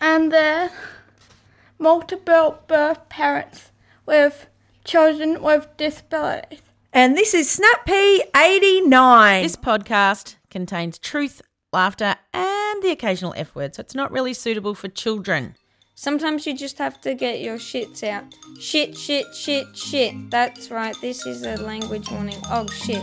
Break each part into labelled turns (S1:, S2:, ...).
S1: and their multiple birth parents with children with disabilities.
S2: And this is Snap P 89.
S3: This podcast contains truth, laughter, and the occasional F word, so it's not really suitable for children.
S4: Sometimes you just have to get your shits out. Shit, shit, shit, shit. That's right, this is a language warning. Oh shit.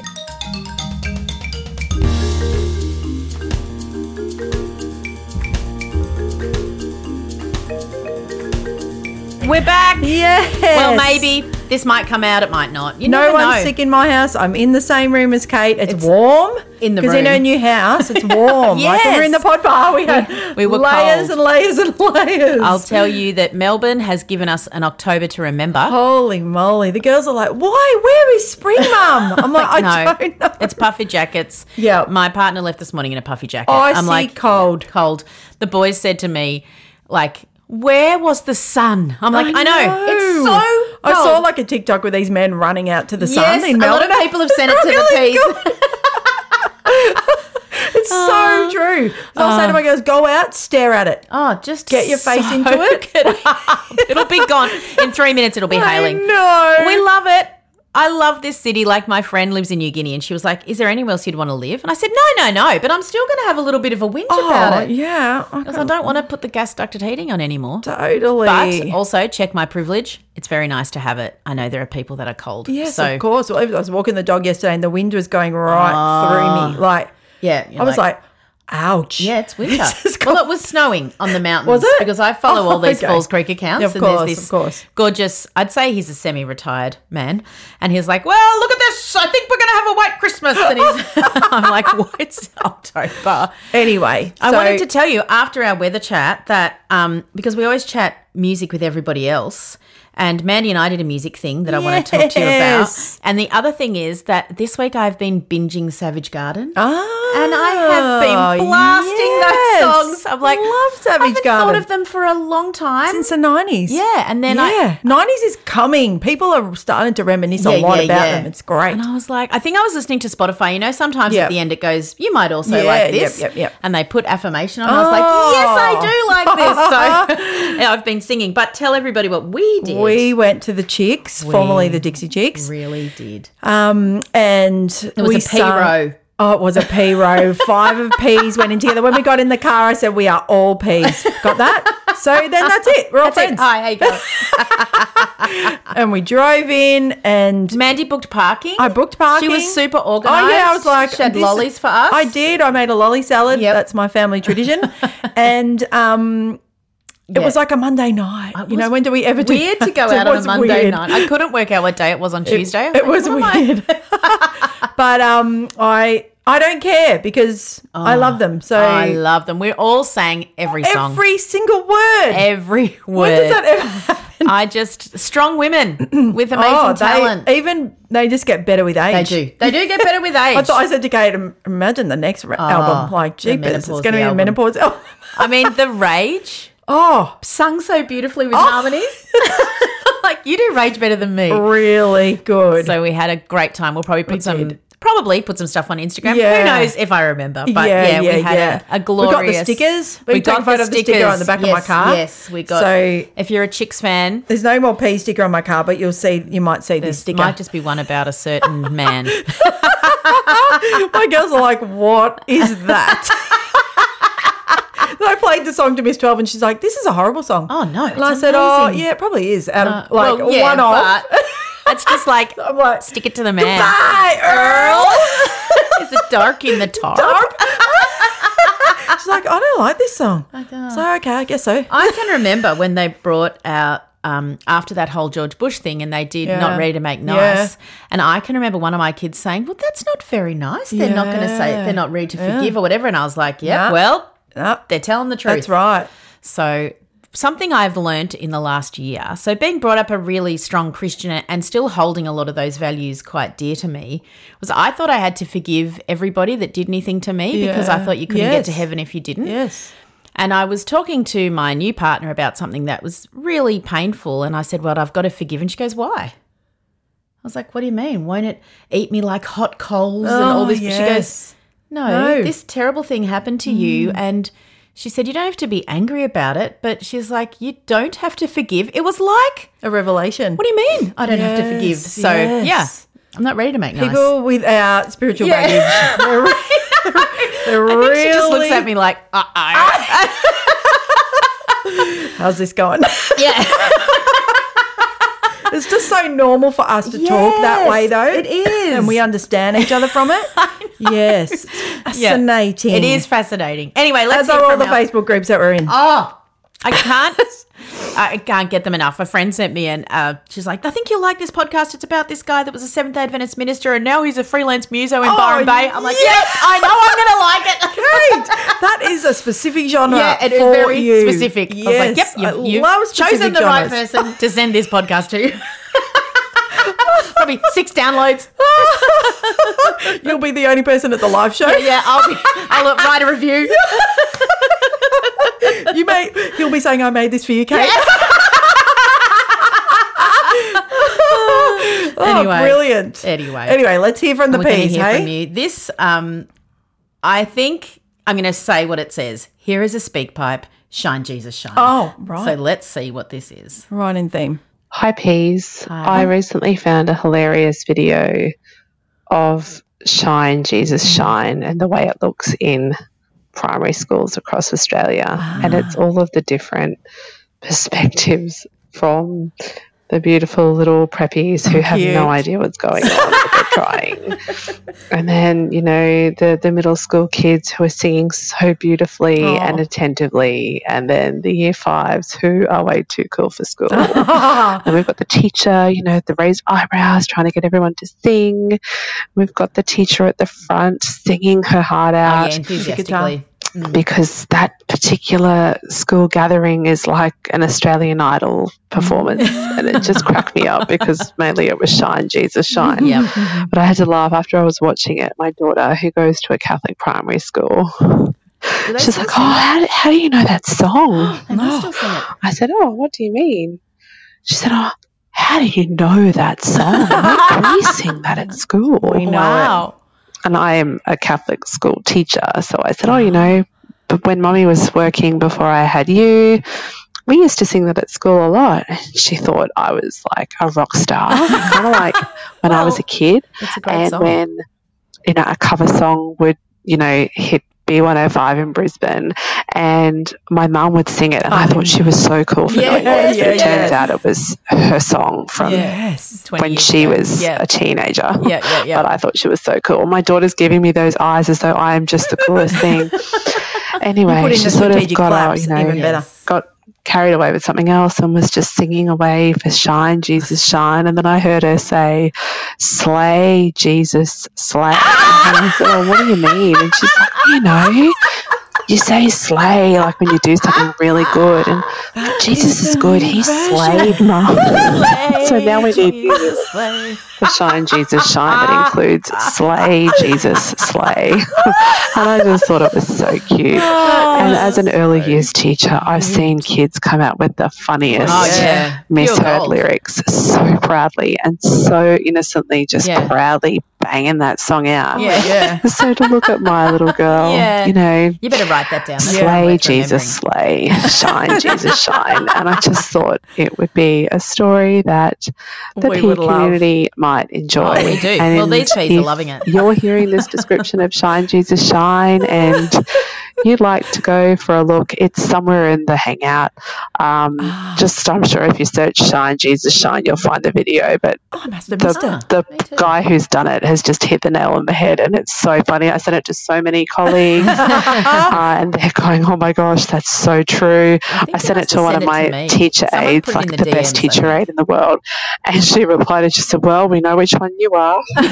S3: We're back.
S2: Yes.
S3: Well, maybe this might come out. It might not. You
S2: No
S3: never
S2: one's
S3: know.
S2: sick in my house. I'm in the same room as Kate. It's, warm
S3: in the
S2: because in
S3: room.
S2: her new house, it's warm. Like when we we're in the
S3: Yes.
S2: pod bar. We had
S3: we were
S2: layers
S3: cold.
S2: and layers and layers.
S3: I'll tell you that Melbourne has given us an October to remember.
S2: Holy moly! The girls are like, "Why? Where is spring, mum?" I'm like, "I
S3: no,
S2: don't know."
S3: it's puffy jackets.
S2: Yeah.
S3: my partner left this morning in a puffy jacket.
S2: I
S3: I'm
S2: see
S3: like
S2: cold.
S3: cold. The boys said to me, like, "Where was the sun?" I'm like, "I, know. it's so."
S2: I
S3: cold."
S2: saw like a TikTok with these men running out to the
S3: Yes,
S2: sun in
S3: a lot
S2: Melbourne.
S3: of people have sent it to
S2: Really
S3: the peas.
S2: It's so true. So I'll say to my girls, "Go out, stare at it."
S3: Oh, just
S2: Get your face
S3: soak
S2: into it.
S3: up. It'll be gone in three minutes. It'll be hailing.
S2: No,
S3: We love it. I love this city. Like my friend lives in New Guinea, and she was like, "Is there anywhere else you'd want to live?" And I said, "No, no, no." But I'm still going to have a little bit of a winter
S2: oh,
S3: about it
S2: yeah, I
S3: because I don't want to put the gas ducted heating on anymore.
S2: Totally.
S3: But also check my privilege. It's very nice to have it. I know there are people that are cold.
S2: yes,
S3: so,
S2: of course. Well, I was walking the dog yesterday and the wind was going right through me. Like,
S3: Yeah,
S2: I was like, ouch.
S3: yeah, it's winter.
S2: This is
S3: well, it was snowing on the mountains
S2: Was it?
S3: because I follow all
S2: Oh,
S3: these
S2: okay.
S3: Falls Creek accounts.
S2: Yeah, of
S3: and there's
S2: course,
S3: this
S2: of course.
S3: Gorgeous. I'd say he's a semi-retired man, and he's like, "Well, look at this. I think we're going to have a white Christmas." And he's, I'm like, "What? It's October."
S2: Anyway,
S3: I
S2: so-
S3: wanted to tell you after our weather chat that um, because we always chat music with everybody else, and Mandy and I did a music thing that I want to talk to you
S2: Yes.
S3: about. And the other thing is that this week I've been binging Savage Garden.
S2: Ah,
S3: And I have been blasting
S2: Oh, yes.
S3: those songs. I'm like,
S2: love
S3: I
S2: Savage
S3: haven't
S2: Garden
S3: thought of them for a long time.
S2: since the nineties.
S3: yeah, and then I
S2: yeah, nineties is coming. People are starting to reminisce a
S3: Yeah,
S2: lot
S3: yeah,
S2: about
S3: yeah.
S2: them. It's great.
S3: And I was like, I think I was listening to Spotify. You know, sometimes
S2: Yeah.
S3: at the end it goes, you might also
S2: Yeah,
S3: like this.
S2: yep, yep, yep. Oh.
S3: And they put affirmation on. and I was like, yes, I do like this. So yeah, I've been singing. But tell everybody what we did.
S2: We went to the Chicks, formerly the Dixie Chicks,
S3: really did.
S2: um, and
S3: It was
S2: we
S3: a P
S2: sung-
S3: row.
S2: Oh, it was a P row. Five of P's went in together. When we got in the car, I said, "We are all P's." Got that? So then that's it. We're all
S3: That's it.
S2: friends.
S3: Hi, how you going?
S2: And we drove in, and
S3: Mandy booked parking.
S2: I booked parking.
S3: She was super
S2: Oh
S3: organized.
S2: yeah, I was like,
S3: she had
S2: this-
S3: lollies for us.
S2: I did. I made a lolly salad.
S3: Yep.
S2: That's my family tradition. and um, it
S3: Yeah.
S2: was like a Monday night.
S3: It
S2: You know,
S3: was
S2: when do we ever do
S3: Weird to go
S2: that? It
S3: out on a
S2: was
S3: Monday
S2: weird.
S3: night. I couldn't work out what day it was on Tuesday. I
S2: It
S3: like,
S2: was
S3: what am I-
S2: weird. but um, I I don't care because I love them. So
S3: Oh, I love them. We all sang every song.
S2: every single word.
S3: Every word.
S2: when does that ever happen?
S3: I just strong women with amazing
S2: Oh, they-
S3: talent.
S2: even they just get better with age.
S3: They do. They do get better with age. Oh,
S2: I thought I said to Kate, "Im- imagine the next ra- album, like
S3: the
S2: jeepers, it's
S3: menopause,
S2: going to be
S3: the
S2: a
S3: album.
S2: menopause album.
S3: I mean, the rage
S2: oh,
S3: sung so beautifully with harmonies. like you do rage better than me.
S2: really good.
S3: So we had a great time. We'll probably put some.
S2: did.
S3: Probably put some stuff on Instagram.
S2: Yeah.
S3: Who knows if I remember?
S2: Yeah,
S3: But yeah,
S2: yeah,
S3: we had
S2: yeah.
S3: A,
S2: We
S3: a
S2: got the
S3: glorious.
S2: stickers. We took a photo of the sticker on the back of my
S3: Yes,
S2: car.
S3: Yes, we got.
S2: So-
S3: So if you're a chicks fan,
S2: There's no more P sticker on my car, but you'll see, you might see this
S3: there
S2: sticker.
S3: might just be one about a certain man.
S2: my girls are like, what is that? And I played the song to Miss 12 and she's like, this is a horrible song.
S3: Oh no!
S2: and I
S3: it's
S2: said, oh,
S3: amazing. Uh,
S2: yeah, it probably is. Out of,
S3: Well,
S2: like, one off.
S3: but It's just like
S2: I'm like,
S3: stick it to the man.
S2: bye, Earl.
S3: Is it dark in the top?
S2: she's like, I don't like this song. So, okay, I guess so.
S3: I can remember when they brought out um, after that whole George Bush thing, and they did
S2: Yeah.
S3: not ready to make nice. And I can remember one of my kids saying, "Well, that's not very nice. They're not going to say
S2: Yeah.
S3: they're not ready to forgive or whatever." And I was like, "Yeah,
S2: No.
S3: well,
S2: No,
S3: they're telling the truth."
S2: Ah, that's right.
S3: So, something I've learnt in the last year. So, being brought up a really strong Christian and still holding a lot of those values quite dear to me was I thought I had to forgive everybody that did anything to me because I
S2: Yeah.
S3: thought you couldn't get to
S2: Yes.
S3: heaven if you didn't.
S2: Yes.
S3: And I was talking to my new partner about something that was really painful. And I said, Well, I've got to forgive. And she goes, Why? I was like, What do you mean? Won't it eat me like hot coals
S2: Oh,
S3: and all this? But She goes, no,
S2: No. Mm.
S3: this terrible thing happened to you. And she said, You don't have to be angry about it. But she's like, You don't have to forgive. It was like,
S2: a revelation.
S3: What do you mean? I don't have to forgive.
S2: Yes,
S3: So,
S2: yes.
S3: yeah, I'm not ready to make nice.
S2: People without spiritual
S1: Yeah.
S2: baggage. They're, re- they're really.
S3: she just looks at me like, Uh oh.
S2: How's this going?
S3: Yeah.
S2: it's just so normal for us to talk that way, though. It is, and we understand each other from it. Yes, it's
S3: Yeah.
S2: fascinating.
S3: It is fascinating. Anyway,
S2: As
S3: let's hear
S2: are all
S3: from
S2: the
S3: our-
S2: Facebook groups that we're in.
S3: Oh, I can't. I can't get them enough. A friend sent me, and uh, she's like, "I think you'll like this podcast. It's about this guy that was a Seventh Day Adventist minister, and now he's a freelance muso
S2: Oh,
S3: in Byron Bay." I'm like,
S2: yes.
S3: "Yes, I know. I'm gonna like it."
S2: Great. That is a specific genre.
S3: Yeah, it is
S2: for
S3: very
S2: you.
S3: specific. I was like,
S2: Yes, I
S3: "Yep, you've, you've
S2: love
S3: chosen
S2: specific
S3: the right
S2: genres.
S3: person to send this podcast to." Probably six downloads.
S2: You'll be the only person at the live show.
S3: Yeah, I'll be, I'll write a review.
S2: You may he'll be saying, I made this for you, Kate. Oh,
S3: Anyway.
S2: brilliant.
S3: Anyway.
S2: Anyway, let's hear from the
S3: We're going to
S2: peas,
S3: hear
S2: hey?
S3: from you. This, um, I think I'm going to say what it says. Here is a speak pipe. Shine, Jesus, shine.
S2: Oh, right.
S3: So let's see what this is.
S2: Right in theme.
S5: Hi, Peas. I recently found a hilarious video of Shine, Jesus Shine, and the way it looks in primary schools across Australia. And it's all of the different perspectives from the beautiful little preppies who have
S2: Cute.
S5: no idea what's going on, but they're trying. And then, you know, the, the middle school kids who are singing so beautifully and attentively. And then the year fives who are way too cool for school. And we've got the teacher, you know, with the raised eyebrows, trying to get everyone to sing. We've got the teacher at the front singing her heart
S2: Uh,
S3: Oh,
S5: out
S3: yeah, enthusiastically.
S5: because that particular school gathering is like an Australian Idol performance.
S3: Mm.
S5: and it just cracked me up because mainly it was Shine, Jesus Shine.
S3: Yep.
S5: But I had to laugh after I was watching it. My daughter, who goes to a Catholic primary school,
S3: Do they
S5: she's
S3: still sing
S5: like, Oh,
S3: it?
S5: how, how do you know that song?
S3: They must still sing it.
S5: I said, Oh, what do you mean? She said, Oh, how do you know that song? Why do we sing that at school?
S3: Wow.
S5: And I am a Catholic school teacher. So I said, Oh, you know, but when mummy was working before I had you, we used to sing that at school a lot. And she thought I was like a rock star, kind of like when I was a kid
S3: It's a great
S5: and
S3: song.
S5: when you know a cover song would you know hit B105 in Brisbane, and my mum would sing it, and
S3: Oh.
S5: I thought she was so cool for knowing
S2: Yes,
S5: words. But it
S2: yes.
S5: turns out it was her song from
S2: Oh, Yes.
S3: 20
S5: when
S3: years
S5: she
S3: ago.
S5: was
S3: Yeah.
S5: a teenager.
S3: Yeah, yeah, yeah.
S5: But I thought she was so cool. My daughter's giving me those eyes as though I am just the coolest thing.
S2: Put in
S5: Anyway, she
S2: the
S5: sort of
S2: strategic
S5: got out,
S2: collapse,
S5: you know,
S2: even better.
S5: got carried away with something else and was just singing away for shine jesus shine and then i heard her say slay jesus slay and i said oh, what do you mean and she's like you know you say slay like when you do something really good and jesus is good he slayed mum so now we need the shine jesus shine that includes slay jesus slay and i just thought it was so cute and as an early years teacher, I've seen kids come out with the funniest
S3: Oh, yeah. Pure
S5: misheard
S3: gold.
S5: lyrics so proudly and so innocently, just
S3: Yeah.
S5: proudly banging that song out.
S3: Yeah.
S2: Yeah.
S5: So to look at my little girl,
S3: Yeah.
S5: you know,
S3: You better write that down. That's one way
S5: slay
S3: of
S5: Jesus, slay, shine Jesus, shine. And I just thought it would be a story that the
S2: We
S5: peer
S2: would love. Oh,
S5: community might enjoy.
S3: remembering. We do.
S5: And
S3: well, these peas are
S5: if
S3: loving it.
S5: you're hearing this description of Shine Jesus Shine and you'd like to go for a look, it's somewhere in the Hangout. Um,
S2: Ah.
S5: just, I'm sure if you search Shine Jesus Shine, you'll find the video. But
S2: Oh, I must have missed
S5: the,
S2: it.
S5: the guy who's done it has just hit the nail on the head, and it's so funny. I sent it to so many colleagues, uh, and they're going, "Oh my gosh, that's so true." I,
S3: you
S5: sent it
S3: must
S5: to
S3: have sent
S5: one of
S3: it to
S5: my
S3: me.
S5: teacher
S3: Someone
S5: aides,
S3: put it in
S5: like the,
S3: the
S5: best
S3: DMs, I
S5: teacher aide in the world, and she replied and she said, "Well, we know which one you are." and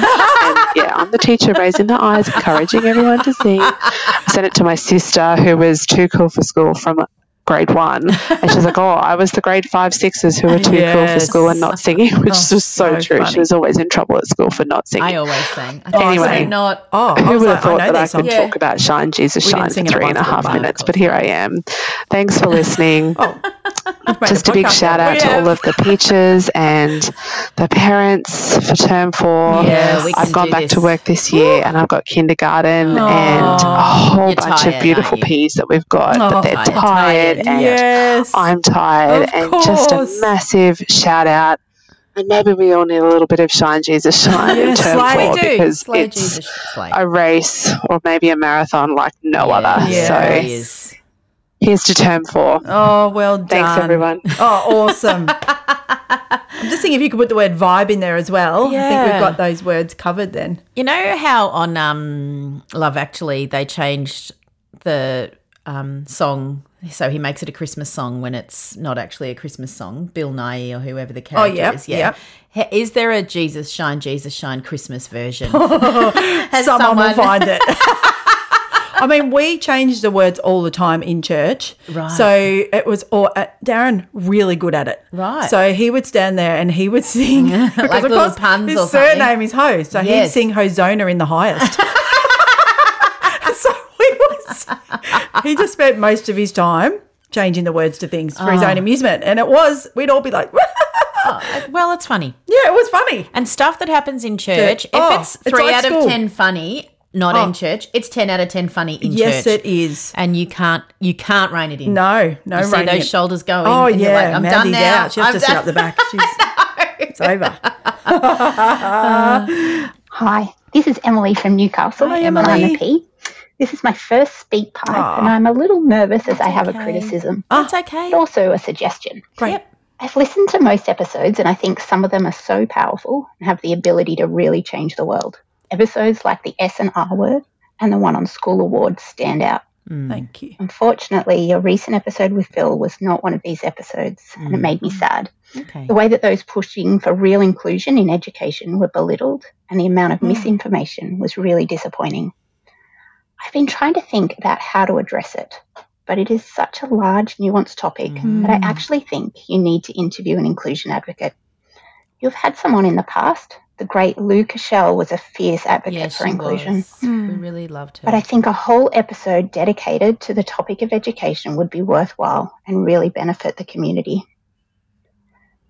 S5: yeah, I'm the teacher raising the eyes, encouraging everyone to sing. I sent it to my sister, who was too cool for school from grade one. And she's like, Oh, I was the grade five sixes who were too cool for
S2: Yes.
S5: school and not singing, which
S2: Oh,
S5: was so,
S2: so
S5: true.
S2: funny.
S5: She was always in trouble at school for not singing.
S3: I always sing. I
S5: Anyway.
S3: anyway, not.
S2: Oh, I
S5: Who
S2: was
S5: would
S2: like,
S5: have thought
S2: I know
S5: that I
S2: that song.
S5: could
S3: Yeah.
S5: talk about Shine Jesus
S3: We didn't
S5: Shine for
S3: sing it
S5: three and a
S3: once,
S5: half
S3: but- Oh,
S5: minutes? But here I am. Thanks for listening.
S2: We've made
S5: Just a big
S2: podcast.
S5: shout out to
S2: Yeah.
S5: all of the teachers and the parents for term four.
S3: Yeah, we
S5: I've
S3: can
S5: gone
S3: do
S5: back to
S3: this.
S5: work this year and I've got kindergarten and a whole
S3: You're
S5: bunch
S3: tired,
S5: of beautiful
S3: aren't you?
S5: peas that we've got,
S2: Oh,
S5: but they're
S3: tired.
S5: tired, and
S2: Yes.
S5: I'm tired.
S2: Of
S5: and just a
S2: course.
S5: massive shout out. And maybe we all need a little bit of Shine Jesus Shine in
S2: Yes,
S5: term
S2: like we
S5: four
S2: do.
S5: because
S3: Slow
S5: it's
S3: Jesus. Slow.
S5: a race or maybe a marathon like no other.
S2: Yes.
S5: So
S3: Yes.
S5: here's to term four.
S2: Oh, well done.
S5: Thanks, everyone.
S2: Oh, awesome. I'm just thinking if you could put the word vibe in there as well. I think
S3: Yeah.
S2: we've got those words covered then.
S3: You know how on um, Love Actually they changed the um, song, so he makes it a Christmas song when it's not actually a Christmas song. Bill Nye or whoever the character
S2: Oh, yep,
S3: is.
S2: yep.
S3: Ha- Is there a Jesus Shine, Jesus Shine Christmas version? Has
S2: someone, will find it. I mean, we change the words all the time in church.
S3: Right.
S2: So it was all uh, Darren really good at it.
S3: Right.
S2: So he would stand there and he would sing because of
S3: Like little
S2: course,
S3: puns
S2: his
S3: or something.
S2: surname is Ho, so
S3: Yes.
S2: he'd sing Hosanna in the highest. so we was, he just spent most of his time changing the words to things for his
S3: Ah.
S2: own amusement, and it was we'd all be like,
S3: well, it's funny.
S2: yeah, it was funny.
S3: And stuff that happens in church, if
S2: Oh,
S3: it's
S2: it's
S3: three
S2: like
S3: out
S2: school. Oh.
S3: of 10 funny, not in church, it's 10 out of 10 funny in
S2: Yes,
S3: church.
S2: it is.
S3: And you can't you can't rein it in.
S2: No, no,
S3: You see
S2: reining
S3: those
S2: it.
S3: shoulders going.
S2: Oh
S3: and you're
S2: yeah,
S3: like, I'm done
S2: Mandy's
S3: now.
S2: Out. She has
S3: I'm
S2: to sit
S3: done."
S2: up the back. She's, it's over.
S6: Hi, this is Emily from Newcastle.
S2: Hi,
S6: I'm
S2: Emily.
S6: a P. This is my first speak pipe,
S2: Aw.
S6: and I'm a little nervous as I have a criticism,
S3: That's okay.
S6: but also a suggestion.
S2: Great.
S6: I've listened to most episodes, and I think some of them are so powerful and have the ability to really change the world. Episodes like the S and R word and the one on school awards stand out.
S2: Thank you.
S6: Unfortunately, your recent episode with Phil was not one of these episodes, and
S2: Mm.
S6: it made me sad.
S3: Okay.
S6: The way that those pushing for real inclusion in education were belittled and the amount
S3: Hmm.
S6: of misinformation was really disappointing. I've been trying to think about how to address it, but it is such a large, nuanced topic that
S3: Hmm.
S6: I actually think you need to interview an inclusion advocate. You've had someone in the past. The great Lou Cashel was a fierce advocate
S3: Yeah,
S6: for
S3: she
S6: inclusion.
S3: was. Hmm. We
S2: Hmm.
S3: really loved her.
S6: But I think a whole episode dedicated to the topic of education would be worthwhile and really benefit the community.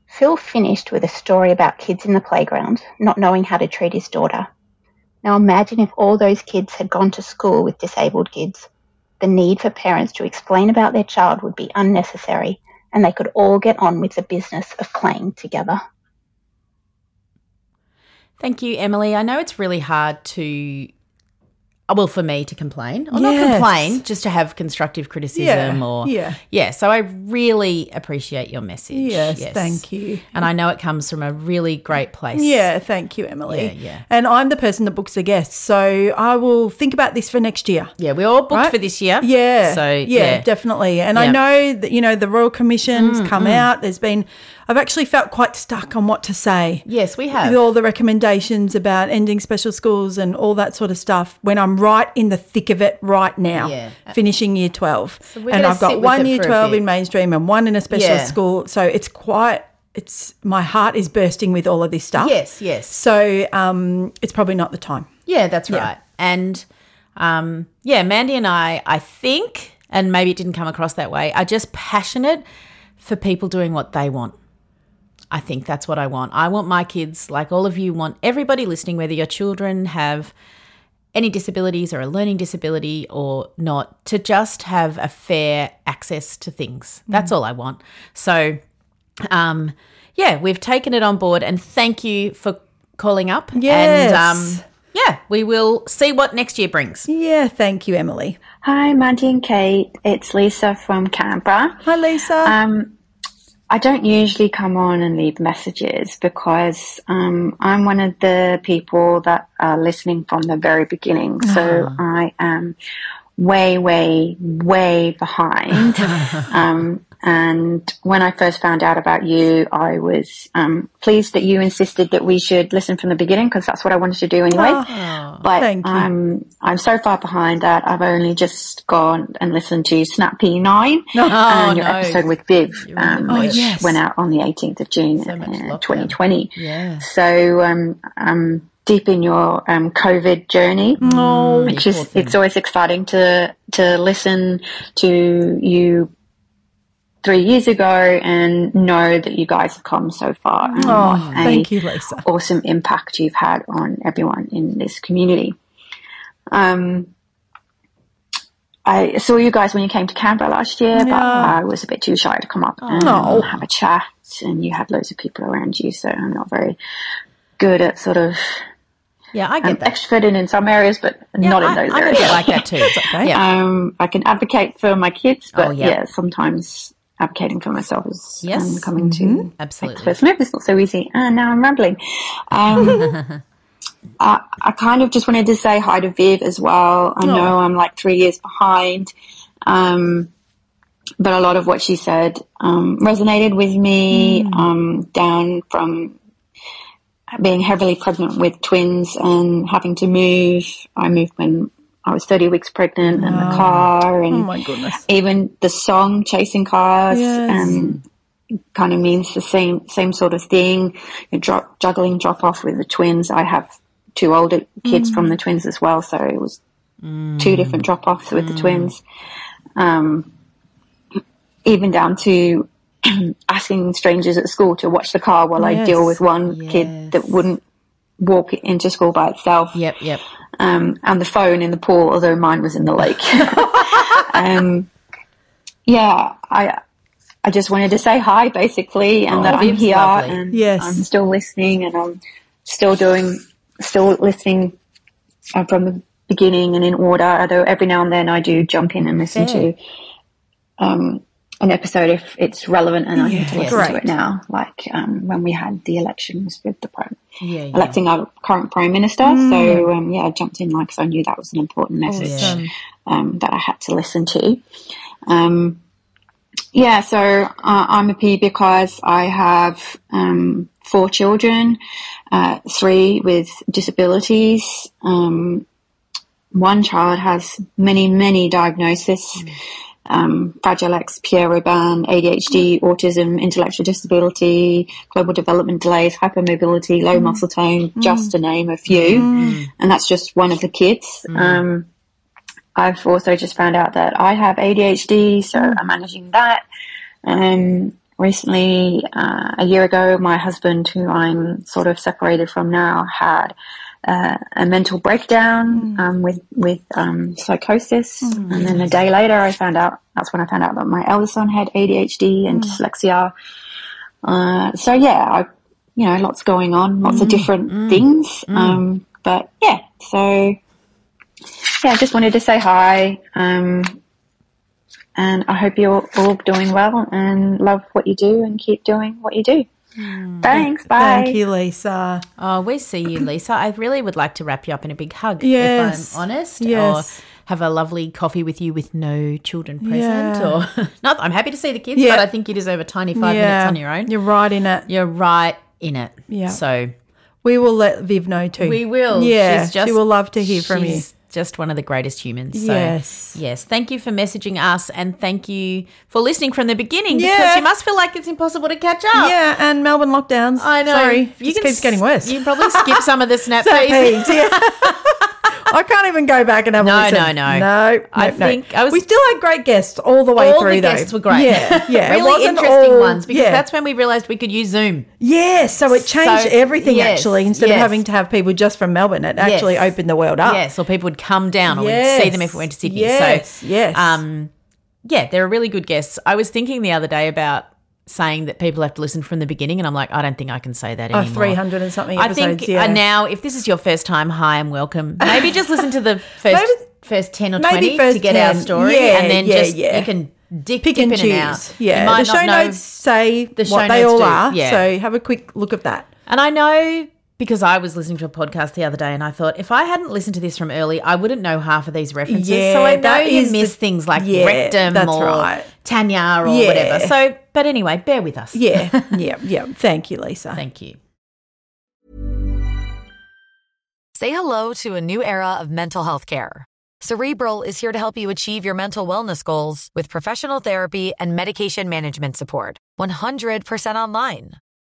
S6: Phil finished with a story about kids in the playground not knowing how to treat his daughter. Now imagine if all those kids had gone to school with disabled kids. The need for parents to explain about their child would be unnecessary, and they could all get on with the business of playing together.
S3: Thank you, Emily. I know it's really hard to, uh, well, for me to complain or not
S2: Yes.
S3: complain, just to have constructive criticism
S2: Yeah,
S3: or
S2: yeah.
S3: yeah. So I really appreciate your message.
S2: Yes, thank you.
S3: And I know it comes from a really great place.
S2: Yeah, thank you, Emily.
S3: Yeah, yeah.
S2: And I'm the person that books the guests, so I will think about this for next year.
S3: yeah. We're all booked
S2: Right?
S3: for this year.
S2: Yeah.
S3: So yeah, Mm,
S2: definitely. And I
S3: Yeah.
S2: know that you know the Royal Commission's come out. There's been I've actually felt quite stuck on what to say.
S3: yes, we have.
S2: With all the recommendations about ending special schools and all that sort of stuff, when I'm right in the thick of it right now,
S3: Yeah.
S2: finishing year 12.
S3: we're
S2: and
S3: gonna
S2: I've
S3: sit
S2: got
S3: with
S2: one
S3: it
S2: year
S3: for a
S2: 12
S3: bit.
S2: in mainstream and one in a special
S3: Yeah.
S2: school. So it's quite, it's my heart is bursting with all of this stuff.
S3: yes, yes.
S2: So um, it's probably not the time.
S3: Yeah, that's right. And um, yeah, Mandy and I, I think, and maybe it didn't come across that way, are just passionate for people doing what they want. I think that's what I want. I want my kids, like all of you want everybody listening, whether your children have any disabilities or a learning disability or not, to just have a fair access to things. That's all I want. So, um, yeah, we've taken it on board and thank you for calling up.
S2: Yes.
S3: And um, yeah, we will see what next year brings.
S2: Yeah, thank you, Emily.
S7: Hi, Mandy and Kate. It's Lisa from Canberra.
S2: Hi, Lisa.
S7: Um, I don't usually come on and leave messages because um, I'm one of the people that are listening from the very beginning. So I am way, way, way behind. um, And when I first found out about you, I was um, pleased that you insisted that we should listen from the beginning because that's what I wanted to do anyway. but
S2: thank you.
S7: I'm I'm so far behind that I've only just gone and listened to Snap P9
S3: Oh,
S7: and your
S3: no.
S7: episode with Viv,
S3: You're in
S7: um,
S3: the
S7: which
S3: mix.
S7: went out on the 18th of June,
S3: Oh, So much
S7: uh,
S3: lockdown.
S7: 2020.
S3: Yeah.
S7: So um, I'm deep in your um, COVID journey
S2: Oh,
S7: which
S3: Mm, You poor
S7: is
S3: thing.
S7: it's always exciting to to listen to you three years ago and know that you guys have come so far and
S2: Oh,
S7: what a
S2: thank you, Lisa.
S7: awesome impact you've had on everyone in this community. Um, I saw you guys when you came to Canberra last year, but
S2: Yeah.
S7: I was a bit too shy to come up and
S2: No.
S7: have a chat. And you had loads of people around you, so I'm not very good at sort of
S3: Yeah, I get
S7: um,
S3: that.
S7: extroverted in some areas, but
S3: Yeah,
S7: not in
S3: I,
S7: those
S3: I'm a
S7: areas.
S3: bit like that too.
S2: okay.
S3: Yeah.
S7: um, I can advocate for my kids, but
S3: Oh, yeah.
S7: yeah. sometimes advocating for myself is
S3: Yes. Mm-hmm.
S7: um, coming to
S3: Absolutely.
S7: make the first move. It's not so easy. And now I'm rambling. Um, I, I kind of just wanted to say hi to Viv as well.
S2: Oh.
S7: I know I'm like three years behind. Um, but a lot of what she said um, resonated with me
S2: Hmm.
S7: um, down from being heavily pregnant with twins and having to move. I moved when I was 30 weeks pregnant and the car
S2: Oh,
S7: and
S2: my goodness.
S7: even the song Chasing Cars
S2: Yes.
S7: um, kind of means the same same sort of thing. You dro- juggling drop off with the twins. I have two older kids
S2: Mm.
S7: from the twins as well, so it was two different drop offs with the
S2: Mm.
S7: twins. Um, even down to asking strangers at school to watch the car while I deal
S2: Yes.
S7: with one kid that
S3: Yes.
S7: wouldn't walk into school by itself
S3: Yep, yep.
S7: um, and the phone in the pool, although mine was in the lake. um, yeah, I I just wanted to say hi, basically, and that I'm
S3: Viv's
S7: here
S3: Oh, lovely.
S7: and
S2: Yes.
S7: I'm still listening and I'm still doing, still listening uh, from the beginning and in order. Although every now and then I do jump in and listen
S3: Fair.
S7: to um, an episode if it's relevant and I need
S3: Yes.
S7: to listen to
S3: Great.
S7: it now, like um, when we had the elections with the prime
S3: Yeah, yeah. Mm.
S7: electing our current prime minister. So um, yeah, I jumped in like 'cause I knew that was an important message
S3: Awesome.
S7: um, that I had to listen to. Um, yeah, so uh, I'm a P because I have um, four children, uh, three with disabilities. Um, one child has many, many diagnoses. Um, Fragile X, Pierre-Robin, ADHD, autism, intellectual disability, global development delays, hypermobility, low muscle tone, just to name a few. And that's just one of the kids. Um, I've also just found out that I have ADHD, so I'm managing that. Um, recently, uh, a year ago, my husband, who I'm sort of separated from now, had uh, a mental breakdown
S2: Mm.
S7: um, with with um, psychosis, and then a day later, I found out. That's when I found out that my eldest son had ADHD
S2: Mm.
S7: and dyslexia. Uh, so yeah, I, you know, lots going on, lots
S2: Mm.
S7: of different things. Um, but yeah, so yeah, I just wanted to say hi. Um, and I hope you're all doing well and love what you do and keep doing what you do. Thanks. Bye.
S2: Mm. Thank you, Lisa.
S3: Oh, we see you, Lisa. I really would like to wrap you up in a big hug,
S2: Yes.
S3: if I'm honest.
S2: Yes.
S3: Or have a lovely coffee with you with no children present.
S2: Yeah.
S3: Or not, I'm happy to see the kids,
S2: Yeah.
S3: but I think you deserve a tiny five minutes on your own.
S2: You're right in it.
S3: You're right in it.
S2: Yeah.
S3: So
S2: We will let Viv know too.
S3: we will.
S2: Yeah.
S3: She's just,
S2: she will love to hear from you.
S3: she's Just one of the greatest humans. So,
S2: Yes.
S3: Yes. Thank you for messaging us and thank you for listening from the beginning
S2: Yeah.
S3: because you must feel like it's impossible to catch up.
S2: Yeah, and Melbourne lockdowns.
S3: I know.
S2: Sorry,
S3: You
S2: just
S3: can
S2: keeps getting worse.
S3: s- You can probably skip some of the snap
S2: That
S3: feeds.
S2: peeved, yeah. I can't even go back and have
S3: No,
S2: a listen.
S3: no, no.
S2: no.
S3: I
S2: no, no.
S3: think I was-
S2: We still had great guests all the way
S3: all
S2: through.
S3: the
S2: though.
S3: guests were great.
S2: Yeah, yeah. It
S3: really
S2: wasn't
S3: interesting
S2: all-
S3: ones because
S2: yeah.
S3: that's when we realized we could use Zoom.
S2: yeah. So it changed
S3: So-
S2: everything
S3: yes,
S2: actually. Instead
S3: yes.
S2: of having to have people just from Melbourne, it actually
S3: Yes.
S2: opened the world up.
S3: Yeah, so people would come down or we'd see them if we went to Sydney.
S2: Yes,
S3: so
S2: yes.
S3: Um, yeah, they're really good guests. I was thinking the other day about saying that people have to listen from the beginning, and I'm like, I don't think I can say that
S2: Oh,
S3: anymore.
S2: 300 and something
S3: I think
S2: episodes, yeah.
S3: uh, now, if this is your first time, hi and welcome. Maybe just listen to the first
S2: Maybe-
S3: first ten or
S2: maybe
S3: twenty to
S2: first
S3: get our
S2: 10.
S3: story,
S2: Yeah,
S3: and then
S2: yeah,
S3: just
S2: yeah.
S3: you can dip,
S2: Pick
S3: dip
S2: and
S3: in
S2: choose.
S3: and out. You
S2: Yeah,
S3: might
S2: the
S3: not
S2: show
S3: know-
S2: notes say
S3: The show
S2: what they
S3: notes
S2: all
S3: do,
S2: are.
S3: yeah.
S2: So have a quick look at that.
S3: And I know because I was listening to a podcast the other day and I thought if I hadn't listened to this from early, I wouldn't know half of these references. so
S2: Yeah,
S3: I know
S2: that
S3: you
S2: is the-
S3: miss things like
S2: yeah,
S3: rectum
S2: that's
S3: or
S2: right.
S3: Tanya or
S2: Yeah.
S3: whatever. So, but anyway, bear with us.
S2: Yeah, yeah, yeah. Thank you, Lisa.
S3: Thank you.
S8: Say hello to a new era of mental health care. Cerebral is here to help you achieve your mental wellness goals with professional therapy and medication management support. 100% online.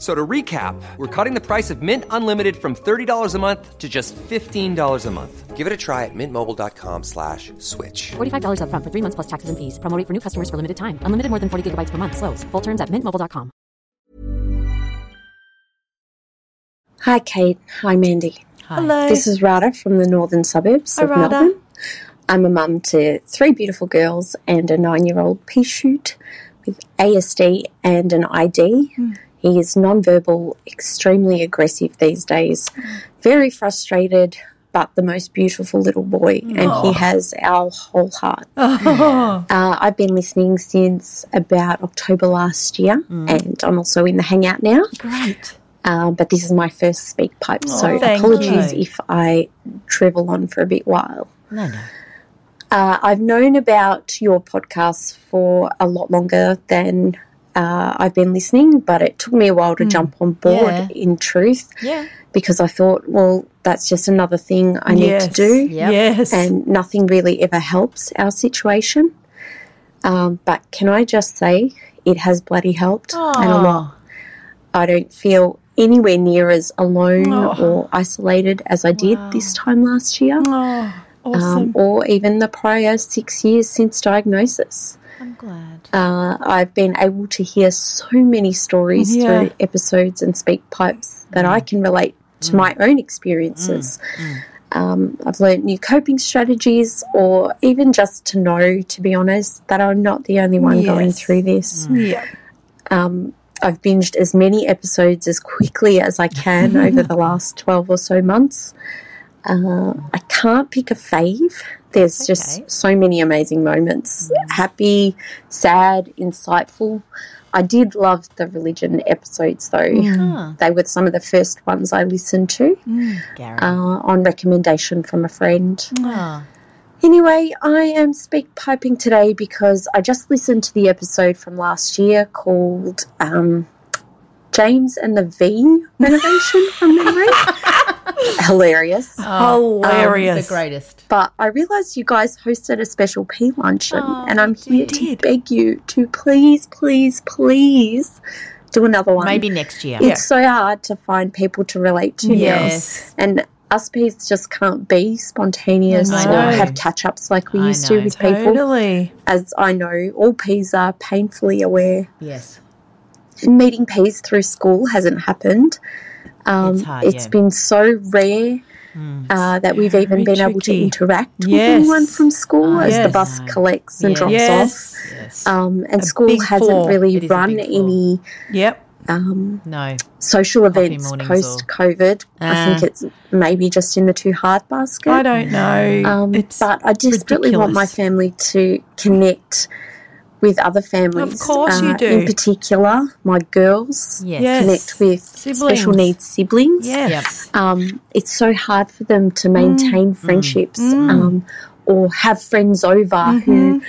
S9: So to recap, we're cutting the price of Mint Unlimited from $30 a month to just $15 a month. Give it a try at mintmobile.com slash switch.
S10: $45 upfront for three months plus taxes and fees. Promoting for new customers for limited time. Unlimited more than 40 gigabytes per month. Slows. Full terms at mintmobile.com.
S7: Hi, Kate. Hi, Mandy.
S2: Hello.
S7: This is Rada from the northern suburbs
S2: Hi,
S7: of
S2: Rada.
S7: Melbourne. I'm a mum to three beautiful girls and a nine year old pea shoot with ASD and an ID. He is nonverbal, extremely aggressive these days, very frustrated, but the most beautiful little boy, and he has our whole heart. Uh, I've been listening since about October last year, and I'm also in the Hangout now.
S2: Great.
S7: Um, but this is my first speak pipe, so
S2: thank
S7: apologies
S2: you.
S7: if I drivel on for a bit while.
S3: No, no.
S7: Uh, I've known about your podcast for a lot longer than uh, I've been listening, but it took me a while to jump on board,
S3: Yeah.
S7: in truth,
S3: Yeah.
S7: because I thought, well, that's just another thing I
S2: Yes.
S7: need to do
S3: Yep.
S2: Yes.
S7: and nothing really ever helps our situation. Um, but can I just say it has bloody helped and a lot. I don't feel anywhere near as alone or isolated as I did this time last year,
S2: oh,
S7: um,
S2: awesome.
S7: or even the prior six years since diagnosis.
S3: I'm glad.
S7: Uh, I've been able to hear so many stories
S2: Yeah. Mm.
S7: through episodes and speak pipes that I can relate to my own experiences. Um, I've learned new coping strategies, or even just to know, to be honest, that I'm not the only one going
S2: Yes.
S7: through this.
S3: Mm.
S2: yeah.
S7: Um, I've binged as many episodes as quickly as I can over the last 12 or so months. Uh, I can't pick a fave. There's
S3: okay. Mm.
S7: just so many amazing moments happy, sad, insightful. I did love the religion episodes though.
S3: Ah,
S7: They were some of the first ones I listened to
S3: Mm, Gary.
S7: uh, on recommendation from a friend.
S3: Ah.
S7: Anyway, I am speak piping today because I just listened to the episode from last year called um, James and the V renovation from memory. Hilarious. Oh,
S2: um, Hilarious.
S3: The greatest.
S7: But I realised you guys hosted a special pea luncheon, and I'm here to
S2: did.
S7: beg you to please, please, please do another one.
S3: Maybe next year.
S7: It's so hard to find people to relate to now.
S3: Yes.
S7: And us peas just can't be spontaneous
S3: No,
S7: or
S3: I know.
S7: have catch ups like we
S3: I
S7: used
S3: know.
S7: to with people.
S2: Totally.
S7: As I know, all peas are painfully aware.
S3: Yes.
S7: And meeting peas through school hasn't happened. Um,
S3: It's hard,
S7: it's
S3: yeah.
S7: been so rare uh, that we've even been able to
S2: Mm. tricky.
S7: interact
S2: Yes. Ah,
S7: with anyone from school as
S2: yes.
S7: the bus collects and
S3: Yes.
S7: drops
S2: Yes.
S3: Yes.
S7: off. Um, and
S2: A
S7: school
S2: big
S7: hasn't
S2: four.
S7: really
S3: It is a
S7: run
S3: big four.
S7: any
S2: Yep.
S7: um,
S3: no.
S7: social events
S3: mornings
S7: post COVID. I
S3: Ah.
S7: think it's maybe just in the too hard basket.
S2: I don't know.
S7: um,
S2: it's
S7: but I desperately want my
S2: ridiculous.
S7: family to connect with other families. uh,
S2: Of course you do.
S7: In particular, my girls
S3: Yes.
S2: Yes.
S7: connect with special
S2: Siblings.
S7: needs siblings.
S2: Yes.
S7: Um, it's so hard for them to
S3: Mm.
S7: maintain friendships Um, or have friends over
S3: Mm-hmm.
S7: who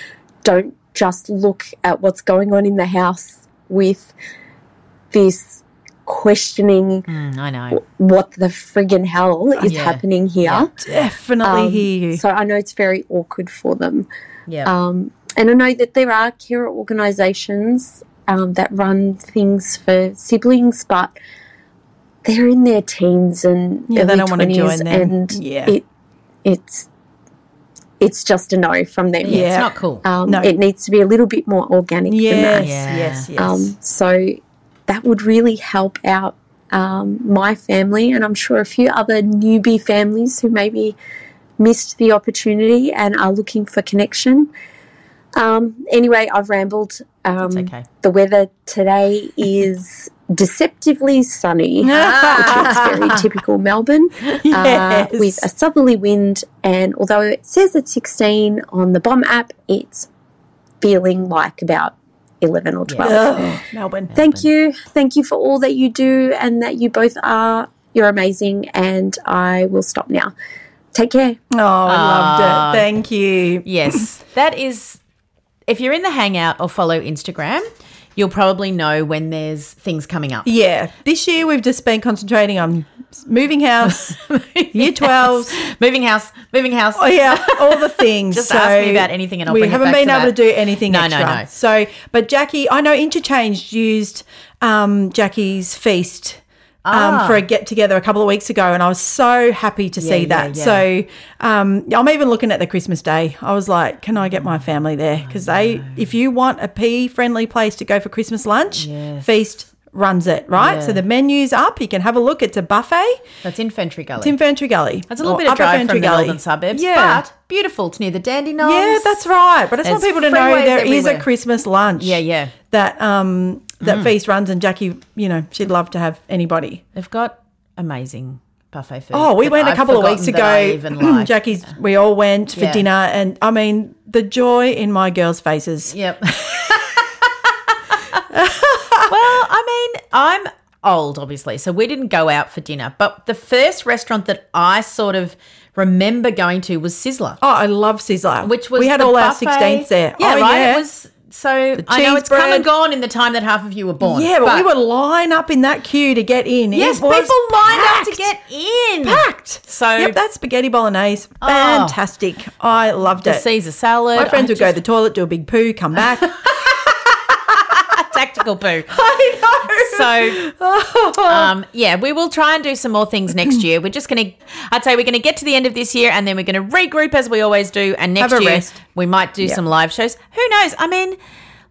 S7: don't just look at what's going on in the house with this questioning
S3: Mm, I know.
S7: w- what the friggin' hell is
S3: Oh, Yeah.
S7: happening here.
S2: Definitely
S7: Um,
S2: hear you.
S7: So I know it's very awkward for them.
S3: Yeah.
S7: Um, and I know that there are carer organisations um, that run things for siblings, but they're in their teens and
S2: Yeah, they
S7: early
S2: don't wanna join
S7: 20s,
S2: them.
S7: and
S2: Yeah.
S7: it it's it's just a no from them.
S3: Yeah, it's not cool.
S7: Um,
S2: No.
S7: It needs to be a little bit more organic than that.
S2: Yes,
S3: Yeah.
S2: yes, yes.
S7: Um, so that would really help out um, my family, and I'm sure a few other newbie families who maybe missed the opportunity and are looking for connection. Um, anyway, I've rambled. Um,
S3: It's okay.
S7: The weather today is deceptively sunny, which is very typical Melbourne, uh,
S2: Yes.
S7: with a southerly wind. And although it says it's 16 on the bomb app, it's feeling like about 11 or 12.
S2: Ugh, Melbourne.
S7: Thank you. Thank you for all that you do and that you both are. You're amazing. And I will stop now. Take care.
S2: Oh,
S7: Ah.
S2: I loved it. Thank you.
S3: Yes, that is. If you're in the Hangout or follow Instagram, you'll probably know when there's things coming up.
S2: Yeah. This year we've just been concentrating on moving house, year 12s.
S3: moving house, moving house.
S2: Oh yeah, all the things.
S3: Just ask me about anything and I'll
S2: we
S3: bring it
S2: haven't
S3: back
S2: been
S3: to
S2: able
S3: that.
S2: to do anything.
S3: No, no,
S2: extra.
S3: no.
S2: So, but Jackie, I know Interchange used um, Jackie's feast. Um,
S3: Ah.
S2: For a get together a couple of weeks ago, and I was so happy to see
S3: yeah,
S2: that.
S3: yeah.
S2: So um, I'm even looking at the Christmas Day. I was like, "Can I get
S3: Oh,
S2: my family there?" Because they, if you want a pea friendly place to go for Christmas lunch, Feast runs it right. So the menu's up. You can have a look. It's a buffet.
S3: That's Infantry Gully.
S2: It's Infantry Gully.
S3: That's a little
S2: or
S3: bit of
S2: Upper
S3: drive
S2: Ferntree
S3: from the northern suburbs, but beautiful. It's near the Dandenongs.
S2: yeah, that's right. But I just want
S3: There's
S2: people to know
S3: freeways
S2: there is a
S3: everywhere.
S2: Christmas lunch.
S3: Yeah, Mm. yeah.
S2: That um that feast runs and Jackie, you know, she'd love to have anybody.
S3: They've got amazing buffet food.
S2: Oh, we
S3: that
S2: went a
S3: I've
S2: couple of weeks
S3: forgotten that I
S2: ago.
S3: even like.
S2: Jackie's we all went for
S3: Yeah.
S2: dinner and I mean the joy in my girls' faces.
S3: Yep. well, I mean, I'm old, obviously, so we didn't go out for dinner. But the first restaurant that I sort of remember going to was Sizzler,
S2: Oh, I love Sizzler.
S3: which was
S2: we had
S3: the
S2: all our
S3: buffet-
S2: sixteenth there.
S3: Yeah,
S2: oh,
S3: right.
S2: Yeah.
S3: It was so I know
S2: cheese
S3: it's come
S2: bread.
S3: and gone in the time that half of you were born.
S2: yeah, but, we would line up in that queue to get in. It
S3: yes, people
S2: was
S3: lined up to
S2: packed.
S3: get in.
S2: packed.
S3: So-
S2: yep, that spaghetti bolognese, fantastic. I loved
S3: Oh. The
S2: it.
S3: Caesar salad.
S2: My friends
S3: I
S2: would go to the toilet, do a big poo, come back.
S3: just- tactical boo.
S2: I
S3: So, um, yeah, we will try and do some more things next year. We're just going to, I'd say we're going to get to the end of this year and then we're going to regroup as we always do. And next
S2: Have a
S3: year,
S2: rest.
S3: we might do some live shows. Who knows? I mean,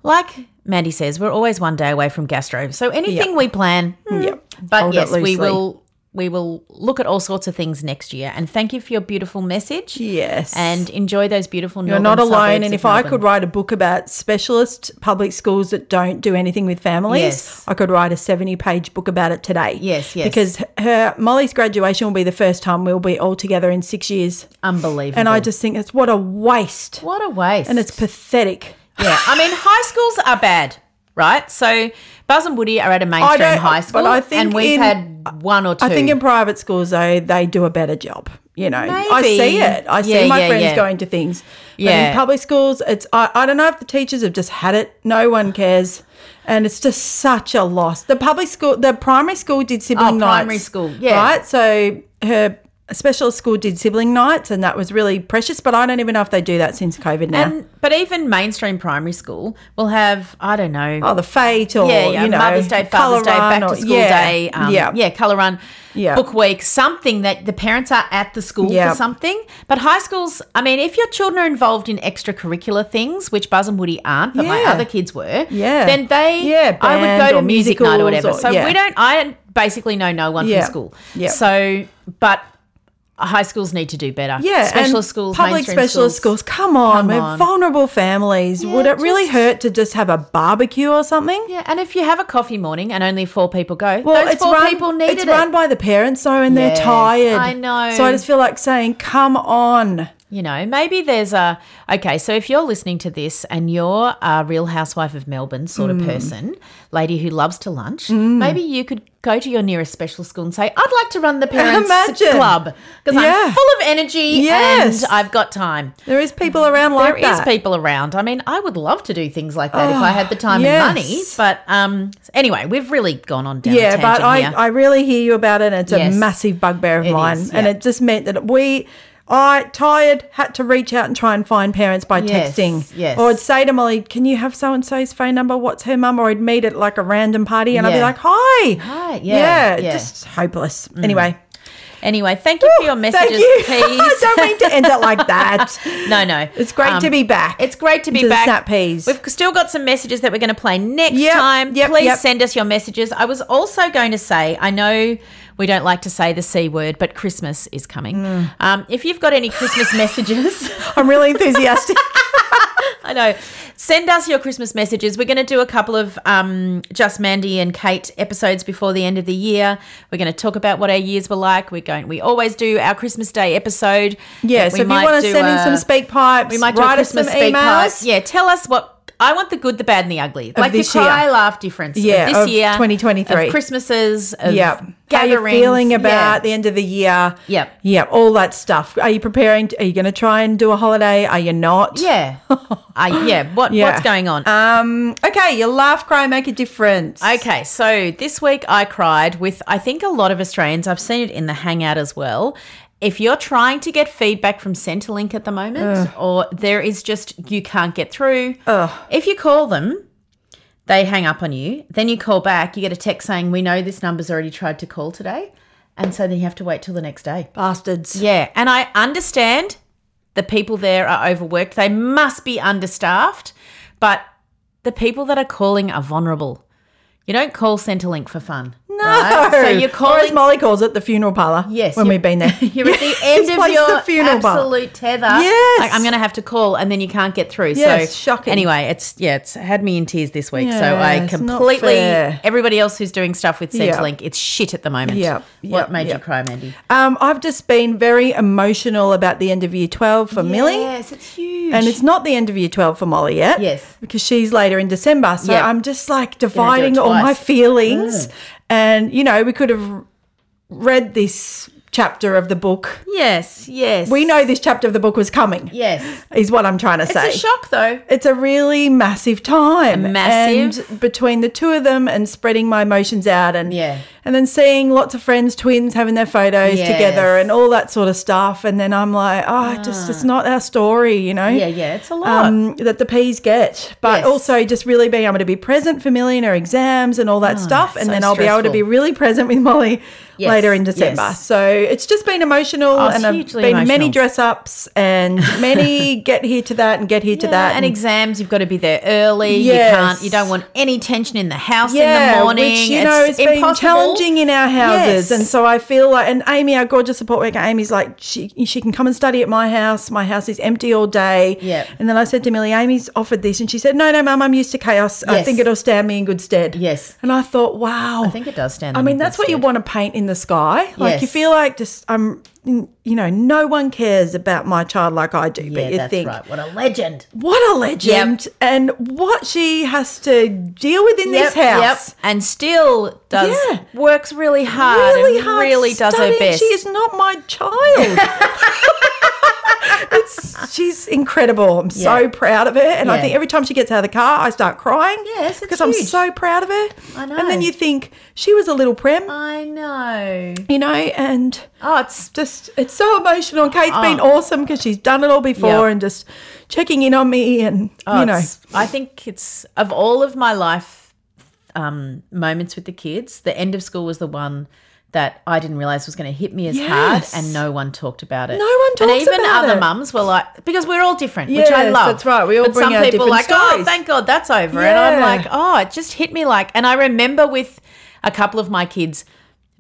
S3: like Maddie says, we're always one day away from gastro. So anything we plan, hmm. but
S2: Hold it
S3: yes, we
S2: loosely.
S3: will. We will look at all sorts of things next year. And thank you for your beautiful message.
S2: Yes.
S3: And enjoy those beautiful
S2: You're not alone. And if I could write a book about specialist public schools that don't do anything with families,
S3: Yes.
S2: I could write a 70 page book about it today.
S3: Yes, yes.
S2: Because her Molly's graduation will be the first time we'll be all together in six years.
S3: Unbelievable.
S2: And I just think it's what a waste.
S3: What a waste.
S2: And it's pathetic.
S3: Yeah, I mean, high schools are bad, right? So Buzz and Woody are at a mainstream
S2: don't-
S3: high
S2: but
S3: school,
S2: I think
S3: and we've
S2: in-
S3: had one or two.
S2: I think in private schools, though, they do a better job. You know, I
S3: Maybe.
S2: see it. I
S3: Yeah,
S2: see my
S3: yeah,
S2: friends
S3: yeah.
S2: going to things. But
S3: Yeah.
S2: in public schools, it's, I, I don't know if the teachers have just had it. No one cares. And it's just such a loss. The public school, the primary school did sibling
S3: Oh,
S2: nights.
S3: primary school, yeah.
S2: Right? So her specialist school did sibling nights, and that was really precious. But I don't even know if they do that since COVID now.
S3: And- but even mainstream primary school will have I don't know.
S2: oh, the fate or,
S3: yeah, yeah.
S2: you know,
S3: Mother's Day,
S2: colour
S3: Father's Day,
S2: run
S3: back
S2: or-
S3: to school
S2: yeah,
S3: day. Um,
S2: yeah.
S3: yeah, yeah, color run,
S2: Yeah.
S3: book week, something that the parents are at the school
S2: Yeah.
S3: for something. But high schools, I mean, if your children are involved in extracurricular things, which Buzz and Woody aren't, but my
S2: Yeah.
S3: other kids were,
S2: Yeah.
S3: then they,
S2: Yeah,
S3: I would
S2: band
S3: go
S2: or
S3: to music night or whatever.
S2: musicals or-
S3: so
S2: yeah.
S3: we don't. I basically know no one
S2: Yeah.
S3: from school.
S2: Yeah.
S3: So, but. High schools need to do better.
S2: Yeah, and
S3: specialist schools,
S2: public
S3: mainstream
S2: specialist schools. Come on,
S3: Come
S2: we're
S3: on.
S2: vulnerable families. Would it really hurt to just have a barbecue or something?
S3: Yeah, and if you have a coffee morning and only four people go,
S2: Well,
S3: those
S2: it's
S3: four
S2: run,
S3: people needed
S2: it's
S3: it.
S2: run by the parents though, and
S3: Yes,
S2: they're tired.
S3: I know.
S2: So I just feel like saying, "Come on,
S3: You know, maybe there's a okay. So if you're listening to this and you're a Real Housewife of Melbourne sort
S2: Mm.
S3: of person, lady who loves to lunch,
S2: Mm.
S3: maybe you could go to your nearest special school and say, "I'd like to run the parents'
S2: Imagine.
S3: club because
S2: Yeah.
S3: I'm full of energy
S2: Yes.
S3: and I've got time."
S2: There is people around like
S3: Mm. there is
S2: that.
S3: people around. I mean, I would love to do things like that if
S2: Oh,
S3: I had the time
S2: yes.
S3: and money. But um, anyway, we've really gone on down.
S2: yeah,
S3: a
S2: but
S3: tangent
S2: I,
S3: here.
S2: I really hear you about it. and It's
S3: Yes.
S2: a massive bugbear of
S3: It
S2: mine,
S3: is,
S2: and
S3: yeah.
S2: it just meant that we. I tired had to reach out and try and find parents by
S3: Yes,
S2: texting.
S3: yes.
S2: Or I'd say to Molly, "Can you have so and so's phone number? What's her mum?" Or I'd meet at like a random party, and I'd be
S3: Yeah.
S2: like, "Hi,
S3: Hi, yeah, yeah.
S2: just hopeless." Anyway,
S3: Anyway, thank you for your messages,
S2: you.
S3: please.
S2: I don't mean to end it like that.
S3: No, no. um,
S2: It's great to be back.
S3: It's great to be
S2: To the
S3: back.
S2: snap peas.
S3: We've still got some messages that we're going to play next
S2: Yep,
S3: time.
S2: yep,
S3: Please
S2: yep.
S3: send us your messages. I was also going to say, I know we don't like to say the C word, but Christmas is coming.
S2: Mm.
S3: Um, if you've got any Christmas messages,
S2: I'm really enthusiastic.
S3: I know. Send us your Christmas messages. We're going to do a couple of um, Just Mandy and Kate episodes before the end of the year. We're going to talk about what our years were like. We're going. We always do our Christmas Day episode.
S2: Yeah,
S3: We
S2: so if you
S3: might
S2: want to
S3: do
S2: send in
S3: a-
S2: some speak pipes,
S3: we might do a
S2: write us some
S3: Christmas speak pipe.
S2: emails.
S3: Yeah, tell us what I want the good, the bad, and the ugly.
S2: Of
S3: like
S2: this
S3: the
S2: year.
S3: cry, laugh difference. of
S2: Yeah,
S3: this
S2: of
S3: year,
S2: 2023.
S3: of Christmases, of
S2: Yep. How
S3: gatherings,
S2: you feeling about
S3: Yeah.
S2: the end of the year?
S3: Yep.
S2: Yep. All that stuff. Are you preparing? To, are you going to try and do a holiday? Are you not?
S3: Yeah. Uh, yeah. What
S2: Yeah.
S3: What's going on?
S2: Um. Okay. Your laugh cry make a difference.
S3: Okay, so this week I cried with, I think, a lot of Australians. I've seen it in the Hangout as well. If you're trying to get feedback from Centrelink at the moment, or there is just you can't get through, if you call them, they hang up on you. Then you call back, you get a text saying, We know this number's already tried to call today. And so then you have to wait till the next day.
S2: Bastards.
S3: Yeah, and I understand the people there are overworked. They must be understaffed, but the people that are calling are vulnerable. You don't call Centrelink for fun.
S2: No.
S3: right? So you're
S2: Or as
S3: calling.
S2: Molly calls it, the funeral parlor.
S3: Yes,
S2: When
S3: you're-
S2: we've been there.
S3: You're at the end
S2: This
S3: of
S2: place is
S3: your
S2: a funeral parlour.
S3: absolute tether.
S2: Yes.
S3: Like, I'm going to have to call, and then you can't get through.
S2: Yes,
S3: so
S2: shocking.
S3: Anyway, it's yeah, it's had me in tears this week. so
S2: Yeah,
S3: I
S2: it's not
S3: completely
S2: fair.
S3: everybody else who's doing stuff with
S2: Yeah.
S3: Centrelink, it's shit at the moment.
S2: Yeah, yeah,
S3: What made
S2: yeah.
S3: you cry, Mandy?
S2: Um, I've just been very emotional about the end of year 12 for Millie.
S3: Yes, it's huge.
S2: And it's not the end of year 12 for Molly yet.
S3: Yes.
S2: Because she's later in December. So
S3: Yeah.
S2: I'm just like dividing
S3: it
S2: all my
S3: twice. Mm.
S2: feelings. And, you know, we could have read this chapter of the book.
S3: yes, yes.
S2: We know this chapter of the book was coming,
S3: Yes.
S2: is what I'm trying to say.
S3: It's a shock though.
S2: It's a really massive time.
S3: A massive-
S2: And between the two of them and spreading my emotions out and
S3: Yeah.
S2: and then seeing lots of friends, twins having their photos
S3: Yes.
S2: together and all that sort of stuff. And then I'm like, oh, it just it's not our story, you know?
S3: Ah. Yeah, yeah, it's a lot.
S2: Um, that the P's get, but
S3: Yes.
S2: also just really being able to be present for Millie and her exams and all that stuff, and
S3: Oh, so
S2: then I'll be able to
S3: stressful.
S2: be really present with Molly
S3: Yes,
S2: later in December.
S3: yes.
S2: So it's just been emotional,
S3: Oh, it's
S2: and I've
S3: hugely
S2: been many
S3: emotional.
S2: dress ups and many get here to that and get here to
S3: Yeah,
S2: that
S3: and exams, you've got to be there early.
S2: Yes.
S3: You can't. You don't want any tension in the house in
S2: yeah,
S3: the morning.
S2: Which, you know, it's been challenging in our houses.
S3: Yes.
S2: And so I feel like, and Amy, our gorgeous support worker, Amy's like, she, she can come and study at my house. My house is empty all day.
S3: Yep.
S2: And then I said to Millie, Amy's offered this. And she said, no, no, mum, I'm used to chaos. I
S3: Yes.
S2: think it'll stand me in good stead.
S3: Yes.
S2: And I thought, wow.
S3: I think it does stand.
S2: I
S3: them
S2: mean,
S3: in
S2: that's
S3: good
S2: what you
S3: stead.
S2: want to paint in the sky. Like you
S3: Yes.
S2: feel like just I'm, you know, no one cares about my child like I do.
S3: Yeah,
S2: but you
S3: that's
S2: think,
S3: right. What a legend.
S2: what a legend, and what she has to deal with in this house.
S3: and still does
S2: Yeah.
S3: works really hard.
S2: really
S3: and
S2: hard
S3: Really does her
S2: studying.
S3: best.
S2: She is not my child. it's she's incredible. I'm so
S3: Yeah.
S2: proud of her, and I
S3: Yeah.
S2: think every time she gets out of the car, I start crying.
S3: Yes, it's
S2: because I'm
S3: huge.
S2: so proud of her.
S3: I
S2: And then
S3: know. Uh.
S2: you think she was a little prem,
S3: I know.
S2: you know, and
S3: Oh, it's
S2: just it's so emotional.
S3: Oh.
S2: And Kate's been awesome because she's done it all before
S3: Yeah.
S2: and just checking in on me, and
S3: Oh,
S2: you know,
S3: it's- I think it's of all of my life um, moments with the kids, the end of school was the one that I didn't realize was going to hit me as
S2: Yes.
S3: hard, and no one talked about it.
S2: No one
S3: and
S2: talks
S3: even
S2: about
S3: other
S2: it.
S3: mums were like, because we're all different, which I
S2: Yes,
S3: love.
S2: that's right. We all
S3: but
S2: bring
S3: some
S2: our
S3: people are like,
S2: different
S3: oh,
S2: stories."
S3: thank God that's over, and I'm
S2: Yeah.
S3: like, oh, it just hit me like, and I remember with a couple of my kids.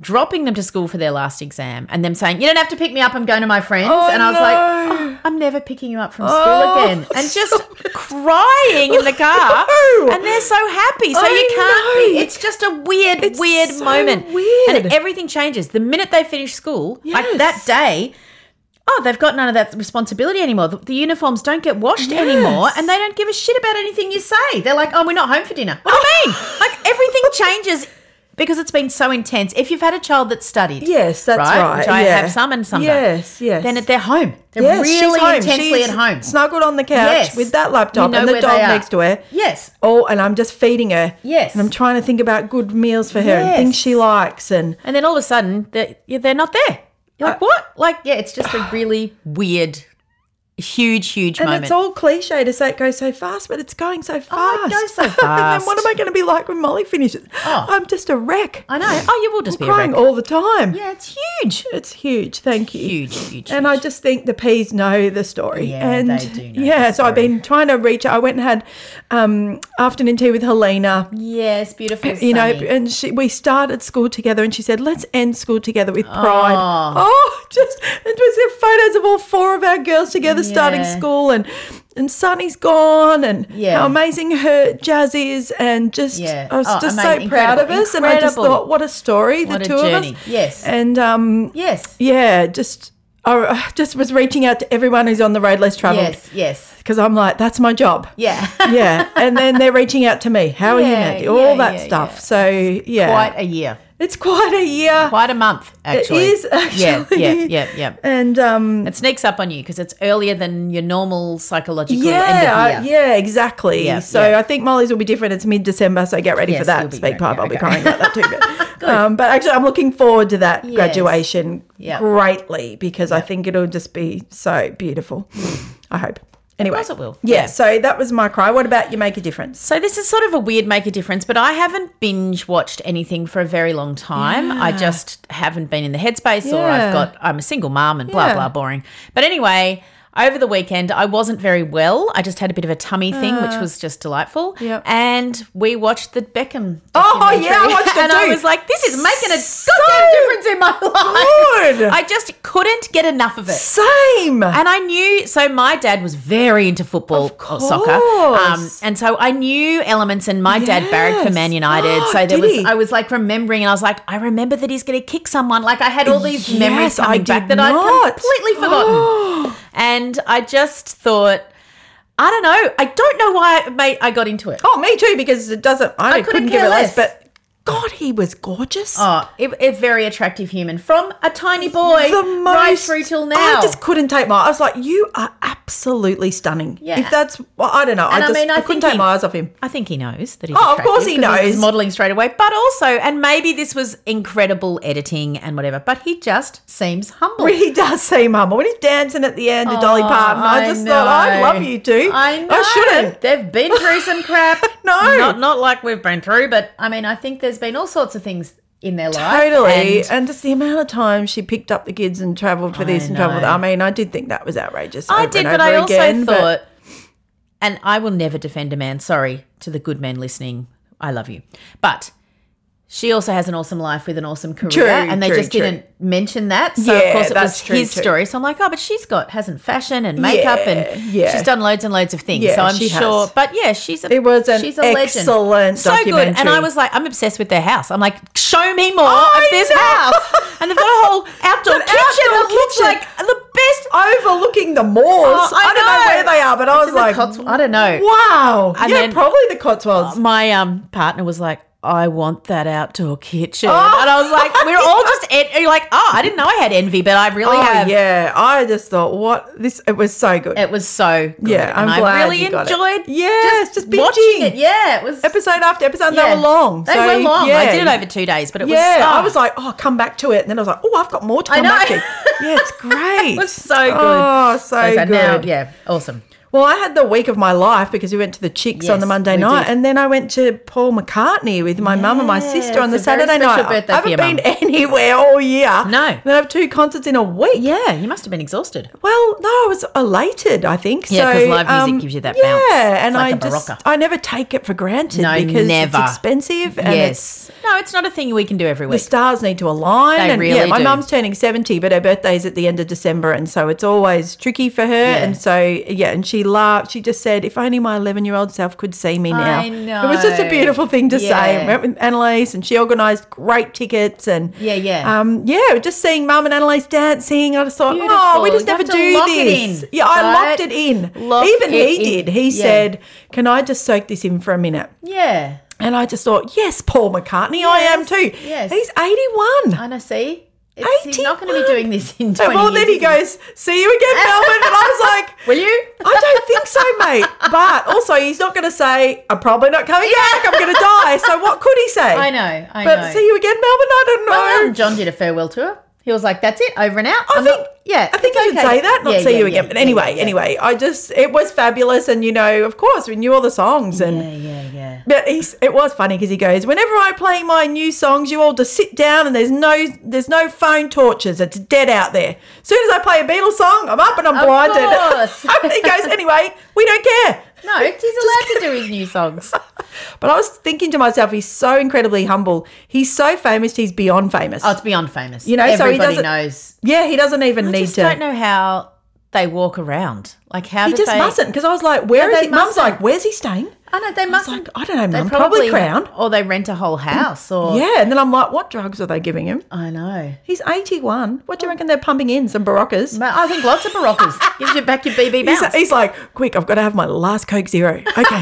S3: Dropping them to school for their last exam and them saying, You don't have to pick me up, I'm going to my friends.
S2: Oh,
S3: and I was like,
S2: no.
S3: "Oh, I'm never picking you up from
S2: Oh,
S3: school again. And just crying in the car
S2: No.
S3: and they're so happy so
S2: I
S3: you can't
S2: know.
S3: be, it's just a weird
S2: It's
S3: weird
S2: so
S3: moment
S2: weird.
S3: and everything changes the minute they finish school like
S2: Yes.
S3: that day Oh, they've got none of that responsibility anymore. The, the uniforms don't get washed anymore, and they don't give a shit about anything you say. They're like, "Oh, we're not home for dinner." What do you mean? Like everything changes because it's been so intense. If you've had a child that studied,
S2: Yes, that's right.
S3: Which I
S2: yeah.
S3: have some and some
S2: Yes,
S3: don't.
S2: yes.
S3: Then at their home, they're
S2: Yes, she's
S3: really
S2: home.
S3: intensely
S2: She's
S3: at home.
S2: snuggled on the couch
S3: Yes.
S2: with that laptop
S3: We know
S2: and the
S3: where they
S2: dog
S3: are.
S2: next to her.
S3: Yes.
S2: Oh, and I'm just feeding her.
S3: Yes.
S2: And I'm trying to think about good meals for her and
S3: Yes.
S2: things she likes. And
S3: And then all of a sudden, they're, yeah, they're not there. You're like, what? Like, Uh, yeah, it's just a really weird, huge, huge
S2: and
S3: moment.
S2: it's all cliche to say it goes so fast, but it's going so fast.
S3: Oh, it goes so
S2: and then what am
S3: fast.
S2: I going to be like when Molly finishes?
S3: Oh.
S2: I'm just a wreck.
S3: I know. Oh, you will just
S2: I'm
S3: be a
S2: crying
S3: wreck.
S2: all the time.
S3: Yeah, it's huge.
S2: It's huge. Thank you.
S3: Huge, huge.
S2: And I just think the peas know the story.
S3: Yeah,
S2: and
S3: they do know
S2: yeah,
S3: the
S2: so I've been trying to reach. I went and had um, afternoon tea with Helena.
S3: yes, beautiful.
S2: You know,
S3: sunny.
S2: and she, we started school together, and she said, "Let's end school together with
S3: Ah.
S2: pride." Oh, just and we see photos of all four of our girls together starting
S3: Yeah.
S2: school, and and Sunny's gone, and
S3: Yeah.
S2: how amazing her jazz is, and just
S3: Yeah.
S2: I was
S3: Oh,
S2: just so
S3: amazing.
S2: proud of
S3: Incredible.
S2: us, and I just
S3: Incredible.
S2: thought, what a story,
S3: What
S2: the
S3: a
S2: two
S3: journey.
S2: of us,
S3: Yes.
S2: and um,
S3: yes.
S2: yeah, just I just was reaching out to everyone who's on the road less travelled
S3: Yes, yes.
S2: because I'm like, that's my job.
S3: Yeah.
S2: yeah, and then they're reaching out to me. How are you,
S3: Yeah,
S2: Mandy? All
S3: yeah,
S2: that
S3: yeah,
S2: stuff.
S3: yeah.
S2: So yeah,
S3: Quite a year.
S2: it's quite a year.
S3: Quite a month, actually.
S2: It is actually.
S3: Yeah, yeah, yeah, yeah.
S2: And um,
S3: It sneaks up on you because it's earlier than your normal psychological
S2: yeah,
S3: end
S2: I-
S3: of year.
S2: yeah, exactly.
S3: Yeah,
S2: so
S3: yeah.
S2: I think Molly's will be different. It's mid December, so get ready
S3: Yes,
S2: for
S3: you'll
S2: that.
S3: be
S2: Speak
S3: great.
S2: pipe.
S3: Yeah,
S2: I'll be
S3: okay.
S2: crying about that too. But, um, but actually, I'm looking forward to that graduation
S3: Yeah.
S2: greatly because I think it'll just be so beautiful. I hope. Anyway,
S3: course it will.
S2: Yeah,
S3: Yeah.
S2: So that was my cry. What about you? Make a difference.
S3: So this is sort of a weird make a difference, but I haven't binge watched anything for a very long time. I just haven't been in the headspace or
S2: Yeah.
S3: I've got I'm a single mum and blah
S2: Yeah.
S3: blah boring. But anyway, over the weekend I wasn't very well. I just had a bit of a tummy thing, which was just delightful.
S2: Uh. Yep.
S3: And we watched the Beckham.
S2: Oh, yeah, I
S3: documentary.
S2: watched it
S3: and I
S2: too.
S3: was like, this is making a
S2: So
S3: goddamn difference in my life.
S2: good.
S3: I just couldn't get enough of it.
S2: Same.
S3: And I knew, so my dad was very into football or soccer. Um,
S2: course.
S3: and so I knew elements, and my dad barracked for Man
S2: Yes. Oh,
S3: United. so there
S2: Did
S3: was,
S2: he?
S3: I was like remembering, and I was like, I remember that he's going to kick someone. Like I had all these
S2: Yes,
S3: memories
S2: I
S3: coming back
S2: did
S3: that I'd
S2: not.
S3: completely forgotten. and I just thought, I don't know. I don't know why I, made, I got into it.
S2: oh, me too. Because it doesn't. I,
S3: couldn't
S2: couldn't, give
S3: care
S2: it less.
S3: less.
S2: But God, he was gorgeous.
S3: Oh, it, a very attractive human from a tiny boy
S2: the most
S3: right through till now.
S2: I just couldn't take my. I was like, you are absolutely stunning.
S3: Yeah.
S2: If that's, well, I don't know. I
S3: And I
S2: just
S3: mean, I
S2: I couldn't
S3: think
S2: take
S3: he-
S2: my eyes off him.
S3: I think he knows that he's.
S2: Oh, of course
S3: attractive
S2: he
S3: 'cause was
S2: knows.
S3: modeling straight away, but also, and maybe this was incredible editing and whatever, but he just seems humble.
S2: He does seem humble when he's dancing at the end to Dolly Parton. I, just thought, I
S3: know.
S2: love you too.
S3: I know.
S2: I shouldn't.
S3: They've been through some crap.
S2: No.
S3: not not like we've been through, but I mean, I think there's been all sorts of things in their life.
S2: Totally.
S3: and
S2: And, just the amount of time she picked up the kids and travelled for this and travelled.
S3: know.
S2: I mean, I did think that was outrageous.
S3: I
S2: over
S3: did,
S2: and
S3: but I
S2: over
S3: also
S2: again, but-
S3: thought, and I will never defend a man. Sorry to the good men listening. I love you, but she also has an awesome life with an awesome career,
S2: True,
S3: and they
S2: true,
S3: just
S2: true.
S3: didn't mention that. So of
S2: Yeah,
S3: course it was
S2: that's true
S3: his
S2: too.
S3: story. So I'm like, oh, but she's got hasn't fashion and makeup, and
S2: Yeah, yeah.
S3: she's done loads and loads of things.
S2: Yeah,
S3: so I'm
S2: she
S3: sure,
S2: has.
S3: but yeah, she's a
S2: It was an
S3: she's a legend.
S2: excellent
S3: so good. And I
S2: documentary.
S3: was like, I'm obsessed with their house. I'm like, show me more
S2: I
S3: of this
S2: know.
S3: house, and they've got a whole outdoor
S2: An
S3: kitchen.
S2: outdoor
S3: that looks
S2: kitchen.
S3: like the best
S2: overlooking the moors.
S3: Oh, I
S2: I, don't know.
S3: know.
S2: where they are, but I
S3: It's
S2: was
S3: in the
S2: like,
S3: Cotsw- I don't know.
S2: Wow.
S3: And
S2: yeah,
S3: then-
S2: probably the Cotswolds.
S3: my um partner was like, I want that outdoor kitchen.
S2: Oh.
S3: and I was like, we're all just en- you're like, oh, I didn't know I had envy, but I really
S2: Oh,
S3: have.
S2: yeah, I just thought what this. It was so good.
S3: It was so good.
S2: Yeah, I'm
S3: and I
S2: glad
S3: really
S2: you got it.
S3: enjoyed
S2: Yes, just
S3: watching
S2: binging.
S3: it. Yeah, it was
S2: episode after episode,
S3: yeah.
S2: they were long.
S3: They
S2: so,
S3: were long.
S2: Yeah.
S3: I did it over two days, but it was
S2: yeah,
S3: oh,
S2: I was like, oh, I'll come back to it, and then I was like, oh, I've got more to
S3: I
S2: come
S3: know.
S2: back to. Yeah, it's great.
S3: it was so good.
S2: Oh, so,
S3: so
S2: good.
S3: now, yeah, awesome.
S2: Well, I had the week of my life because we went to the Chicks on
S3: Yes,
S2: the Monday
S3: we
S2: night,
S3: did.
S2: and then I went to Paul McCartney with my mum and my sister on the
S3: it's a very
S2: Saturday
S3: special
S2: night.
S3: birthday
S2: I
S3: for
S2: haven't
S3: your
S2: been
S3: mum.
S2: anywhere all year.
S3: No.
S2: then I have two concerts in a week.
S3: Yeah, you must have been exhausted.
S2: Well, no, I was elated. I think.
S3: Yeah, 'cause
S2: so, um,
S3: live music gives you that bounce.
S2: Yeah,
S3: It's
S2: and
S3: like
S2: I
S3: a
S2: just
S3: barocca.
S2: I never take it for granted
S3: No,
S2: because
S3: never.
S2: it's expensive and
S3: yes.
S2: it's
S3: no, it's not a thing we can do every week.
S2: The stars need to align.
S3: They
S2: and
S3: really
S2: yeah, my
S3: do.
S2: mum's turning 70, but her birthday's at the end of December. And so it's always tricky for her. And so, yeah, and she laughed. She just said, if only my 11 year old self could see me now.
S3: I
S2: It was just a
S3: know.
S2: beautiful thing to say.
S3: Yeah.
S2: We went with Annalise and she organised great tickets. And
S3: Yeah, yeah.
S2: Um, yeah, just seeing mum and Annalise dancing. I just thought, oh,
S3: Beautiful.
S2: we just
S3: You
S2: never
S3: have to
S2: do
S3: lock it
S2: this.
S3: in,
S2: yeah, I
S3: right?
S2: locked it in.
S3: Lock
S2: Even
S3: it
S2: he
S3: in.
S2: did. He
S3: Yeah.
S2: said, can I just soak this in for a minute?
S3: yeah.
S2: And I just thought, yes, Paul McCartney, I am too.
S3: yes.
S2: He's 81.
S3: I know, see? It's, he's not going to be doing this in 20
S2: well, then
S3: years,
S2: he
S3: is
S2: goes, see you again, Melbourne. But I was like,
S3: Will you?
S2: I don't think so, mate. But also, he's not going to say, I'm probably not coming back. I'm going to die. So what could he say?
S3: I know, I
S2: but
S3: know.
S2: see you again, Melbourne? I don't know.
S3: Well, Elton um, John did a farewell tour. He was like, that's it, over and out.
S2: I
S3: I'm
S2: think,
S3: not- yeah.
S2: I think
S3: it's
S2: I should
S3: okay.
S2: say that, not
S3: Yeah,
S2: see
S3: yeah,
S2: you
S3: yeah,
S2: again. But
S3: yeah,
S2: anyway,
S3: yeah, yeah.
S2: anyway, I just, it was fabulous. And, you know, of course, we knew all the songs. And
S3: Yeah, yeah, yeah.
S2: But he's, it was funny because he goes, whenever I play my new songs, you all just sit down and there's no there's no phone torches. It's dead out there. As soon as I play a Beatles song, I'm up and I'm
S3: Of
S2: blinded.
S3: course.
S2: he goes, anyway, we don't care.
S3: No, he's allowed to do his new songs.
S2: But I was thinking to myself, he's so incredibly humble. He's so famous, he's beyond famous.
S3: Oh, it's beyond famous.
S2: You know, so he
S3: everybody
S2: doesn't-
S3: knows.
S2: yeah, he doesn't even
S3: I
S2: need
S3: just
S2: to.
S3: don't know how they walk around. Like how
S2: He
S3: do
S2: just
S3: they?
S2: mustn't because I was like, where
S3: No,
S2: is
S3: they
S2: he? Mum's
S3: mustn't.
S2: like, where's he staying?
S3: I know they mustn't.
S2: like, I don't know,
S3: They
S2: Mum. Probably, Crown.
S3: or they rent a whole house, or
S2: Yeah, and then I'm like, what drugs are they giving him?
S3: I know.
S2: He's 81. What do you reckon they're pumping in? Some Baroccas?
S3: But I think lots of Baroccas gives you back your BB bounce.
S2: He's, he's like, quick, I've got to have my last Coke Zero. Okay.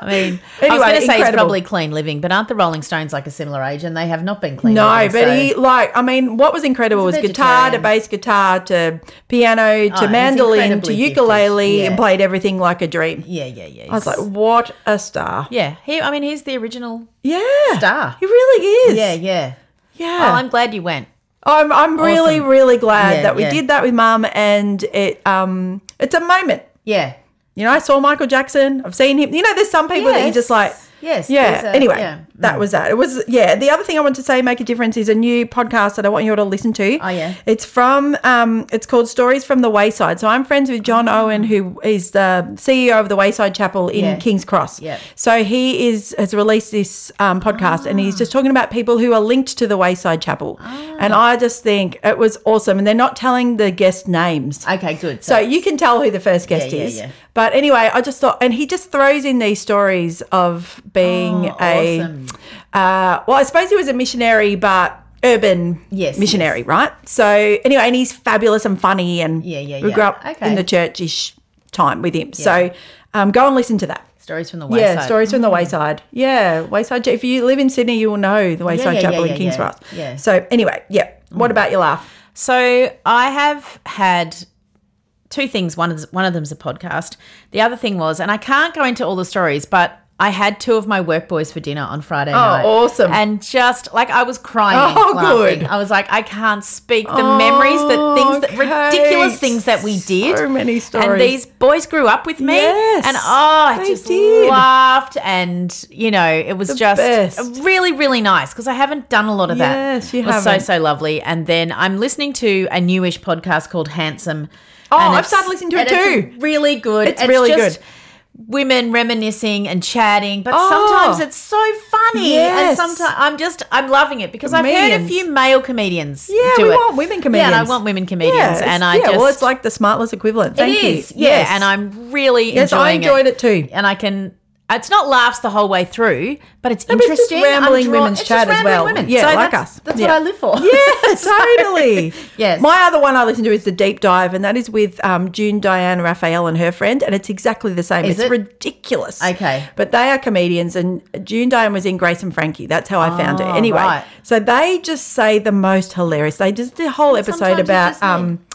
S3: I mean, I was
S2: Anyway,
S3: going to say he's
S2: incredible.
S3: probably clean living, but aren't the Rolling Stones like a similar age, and they have not been clean?
S2: no,
S3: living,
S2: but
S3: so-
S2: he, like, I mean, what was incredible
S3: He's
S2: was
S3: a
S2: guitar to
S3: vegetarian.
S2: bass guitar to piano
S3: Oh,
S2: to
S3: he's
S2: mandolin to
S3: incredibly gifted.
S2: ukulele and
S3: Yeah.
S2: played everything like a dream.
S3: yeah, yeah, yeah.
S2: I was like, what a star.
S3: yeah, he. I mean, he's the original.
S2: Yeah.
S3: Star.
S2: He really is.
S3: Yeah, yeah.
S2: Yeah.
S3: Well, I'm glad you went.
S2: I'm I'm really really glad
S3: Yeah,
S2: that we
S3: yeah.
S2: did that with mum and it um it's a moment.
S3: Yeah.
S2: You know, I saw Michael Jackson. I've seen him. You know, there's some people that you just like
S3: Yes.
S2: yeah.
S3: there's a-
S2: anyway,
S3: yeah. Mm.
S2: that was that. It was yeah. The other thing I want to say, make a difference, is a new podcast that I want you all to listen to.
S3: Oh, yeah.
S2: It's from um, it's called Stories from the Wayside. So I'm friends with John Owen, who is the CEO of the Wayside Chapel in
S3: Mm. Yeah.
S2: King's Cross.
S3: Yeah.
S2: So he is has released this um, podcast, and
S3: Ah.
S2: he's just talking about people who are linked to the Wayside Chapel. And
S3: Ah.
S2: I just think it was awesome. And they're not telling the guest names.
S3: Okay, good.
S2: So you can tell who the first guest
S3: yeah,
S2: is.
S3: yeah.
S2: But anyway, I just thought, and he just throws in these stories of being
S3: Oh,
S2: a,
S3: awesome.
S2: uh, well, I suppose he was a missionary, but urban
S3: Yes,
S2: missionary, right? So anyway, and he's fabulous and funny, and
S3: Yeah, yeah,
S2: we
S3: yeah.
S2: grew up
S3: Okay.
S2: in the churchish time with him. So um, go and listen to that.
S3: stories from the wayside.
S2: Yeah, stories
S3: Mm-hmm.
S2: from the wayside. Yeah, wayside. If you live in Sydney, you will know the wayside
S3: yeah,
S2: chapel
S3: yeah,
S2: in Kings
S3: yeah,
S2: Cross.
S3: yeah. Mm.
S2: So anyway, yeah. What about your laugh?
S3: So I have had two things. One is one of them's a podcast. The other thing was, and I can't go into all the stories, but I had two of my work boys for dinner on Friday night.
S2: Oh, awesome.
S3: And just like I was crying,
S2: Oh,
S3: laughing.
S2: good.
S3: I was like, I can't speak the memories, the things, that
S2: okay.
S3: ridiculous things that we did.
S2: So many stories.
S3: And these boys grew up with me,
S2: Yes,
S3: and oh, I
S2: they
S3: just
S2: did.
S3: laughed, and you know, it was just
S2: best.
S3: really, really nice because I haven't done a lot of that.
S2: Yes, you
S3: It was
S2: haven't.
S3: so so lovely. And then I'm listening to a newish podcast called Handsome.
S2: Oh,
S3: and
S2: I've
S3: it's-
S2: started listening to it
S3: and it's
S2: too.
S3: really good.
S2: It's really good.
S3: Women reminiscing and chatting, but
S2: Oh.
S3: sometimes it's so funny.
S2: Yes.
S3: And sometimes I'm just I'm loving it because I've heard a
S2: Comedians.
S3: few male comedians.
S2: Yeah,
S3: do
S2: we
S3: it.
S2: want women comedians.
S3: Yeah, and I want women comedians,
S2: it's-
S3: and I
S2: yeah,
S3: just
S2: well, it's like the smartless equivalent.
S3: it
S2: Thank you.
S3: is. Yeah, and I'm really
S2: yes, I
S3: enjoying
S2: enjoyed it, too.
S3: and I can. It's not laughs the whole way through, but it's
S2: but it's just
S3: interesting.
S2: rambling
S3: I'm drawn-
S2: women's
S3: it's just
S2: chat as
S3: rambling
S2: well.
S3: Women.
S2: Yeah,
S3: so
S2: like
S3: that's,
S2: us.
S3: That's
S2: Yeah.
S3: what I live for.
S2: Yeah, totally.
S3: Yes.
S2: My other one I listen to is the deep dive, and that is with um, June, Diane, Raphael, and her friend, and it's exactly the same.
S3: Is
S2: it's
S3: it?
S2: ridiculous.
S3: Okay.
S2: But they are comedians, and June Diane was in Grace and Frankie. That's how I found her.
S3: Oh,
S2: Anyway,
S3: right.
S2: so they just say the most hilarious. They just did a whole episode
S3: sometimes you
S2: about
S3: just need-
S2: um,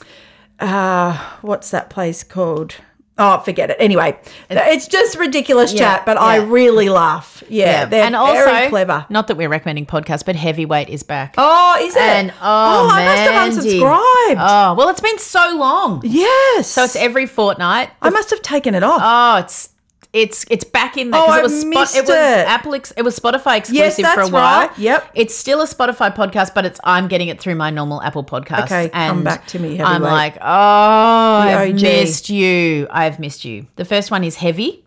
S2: uh, what's that place called? Oh, forget it. Anyway, it's just ridiculous chat, but I
S3: yeah.
S2: really laugh. Yeah, they're
S3: and also,
S2: very clever.
S3: Not that we're recommending podcasts, but Heavyweight is back.
S2: Oh, is it?
S3: and oh,
S2: I must have
S3: Mandy.
S2: unsubscribed.
S3: Oh, well, it's been so long.
S2: yes.
S3: So it's every fortnight.
S2: I must have taken it off.
S3: Oh, it's it's it's back in there
S2: Oh,
S3: because
S2: I
S3: it was
S2: missed
S3: it was
S2: it.
S3: Apple ex- it was Spotify exclusive
S2: Yes,
S3: for a
S2: that's
S3: while.
S2: right. Yep.
S3: It's still a Spotify podcast, but it's I'm getting it through my normal Apple podcast.
S2: Okay, come back to me,
S3: I'm
S2: heavyweight.
S3: like, oh, I've
S2: OG.
S3: missed you. I've missed you. The first one is heavy.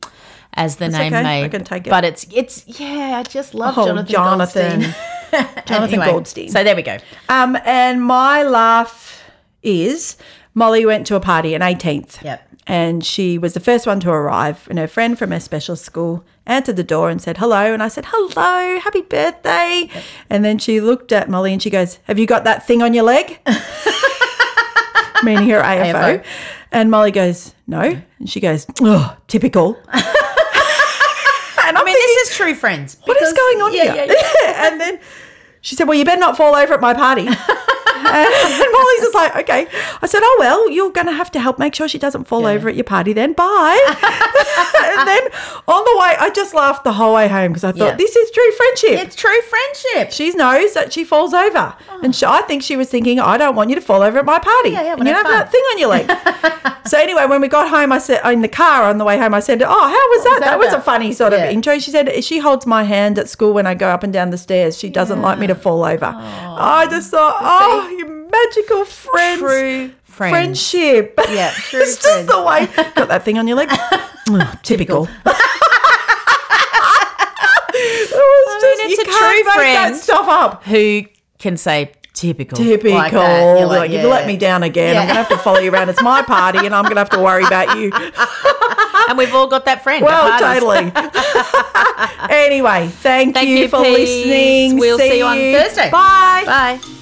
S3: as the
S2: It's
S3: name
S2: okay.
S3: may.
S2: I can take it.
S3: But it's it's yeah, I just love
S2: Oh,
S3: Jonathan.
S2: Jonathan.
S3: Goldstein.
S2: Jonathan
S3: Anyway,
S2: Goldstein.
S3: So there we go.
S2: Um, and my laugh is Molly went to a party on 18th.
S3: Yep.
S2: And she was the first one to arrive. And her friend from her special school answered the door and said hello. And I said, hello, happy birthday. And then she looked at Molly and she goes, Have you got that thing on your leg? Meaning her AFO.
S3: AFO.
S2: And Molly goes, No. And she goes, Oh, typical.
S3: I mean, this is true friends.
S2: What is
S3: because-
S2: going on
S3: yeah,
S2: here?
S3: Yeah, yeah.
S2: and then she said, Well, you better not fall over at my party. and Molly's just like, Okay. I said, Oh, well, you're going to have to help make sure she doesn't fall over at your party then. Bye. and then on the way, I just laughed the whole way home because I thought,
S3: Yeah.
S2: This is true friendship.
S3: It's true friendship.
S2: she knows that she falls over. And she, I think she was thinking, I don't want you to fall over at my party.
S3: Oh. Yeah, yeah,
S2: and you
S3: well,
S2: don't
S3: have
S2: have that thing on your leg. so anyway, when we got home, I said in the car on the way home, I said, "Oh, how was that? that
S3: that
S2: was a
S3: about?"
S2: funny sort
S3: Yeah.
S2: of intro." She said, "She holds my hand at school when I go up and down the stairs. She doesn't like me to fall over." I just thought, "Oh, you magical friends,
S3: True friends.
S2: friendship."
S3: Yeah, true
S2: it's just the way. Got that thing on your leg. Mm, typical. It was
S3: I mean,
S2: just-
S3: it's
S2: you
S3: a
S2: can't
S3: true
S2: make
S3: friend.
S2: that stuff up.
S3: Who can say typical?
S2: Typical. Like,
S3: Like that? You're
S2: if you let
S3: yeah.
S2: me down again, I'm
S3: Yeah.
S2: going to have to follow you around. It's my party and I'm going to have to worry about you.
S3: And we've all got that friend. at
S2: Ah, Well,
S3: parties.
S2: totally. anyway, thank,
S3: Thank
S2: you,
S3: you,
S2: for
S3: peas.
S2: listening.
S3: We'll see you on Thursday.
S2: Bye.
S3: Bye.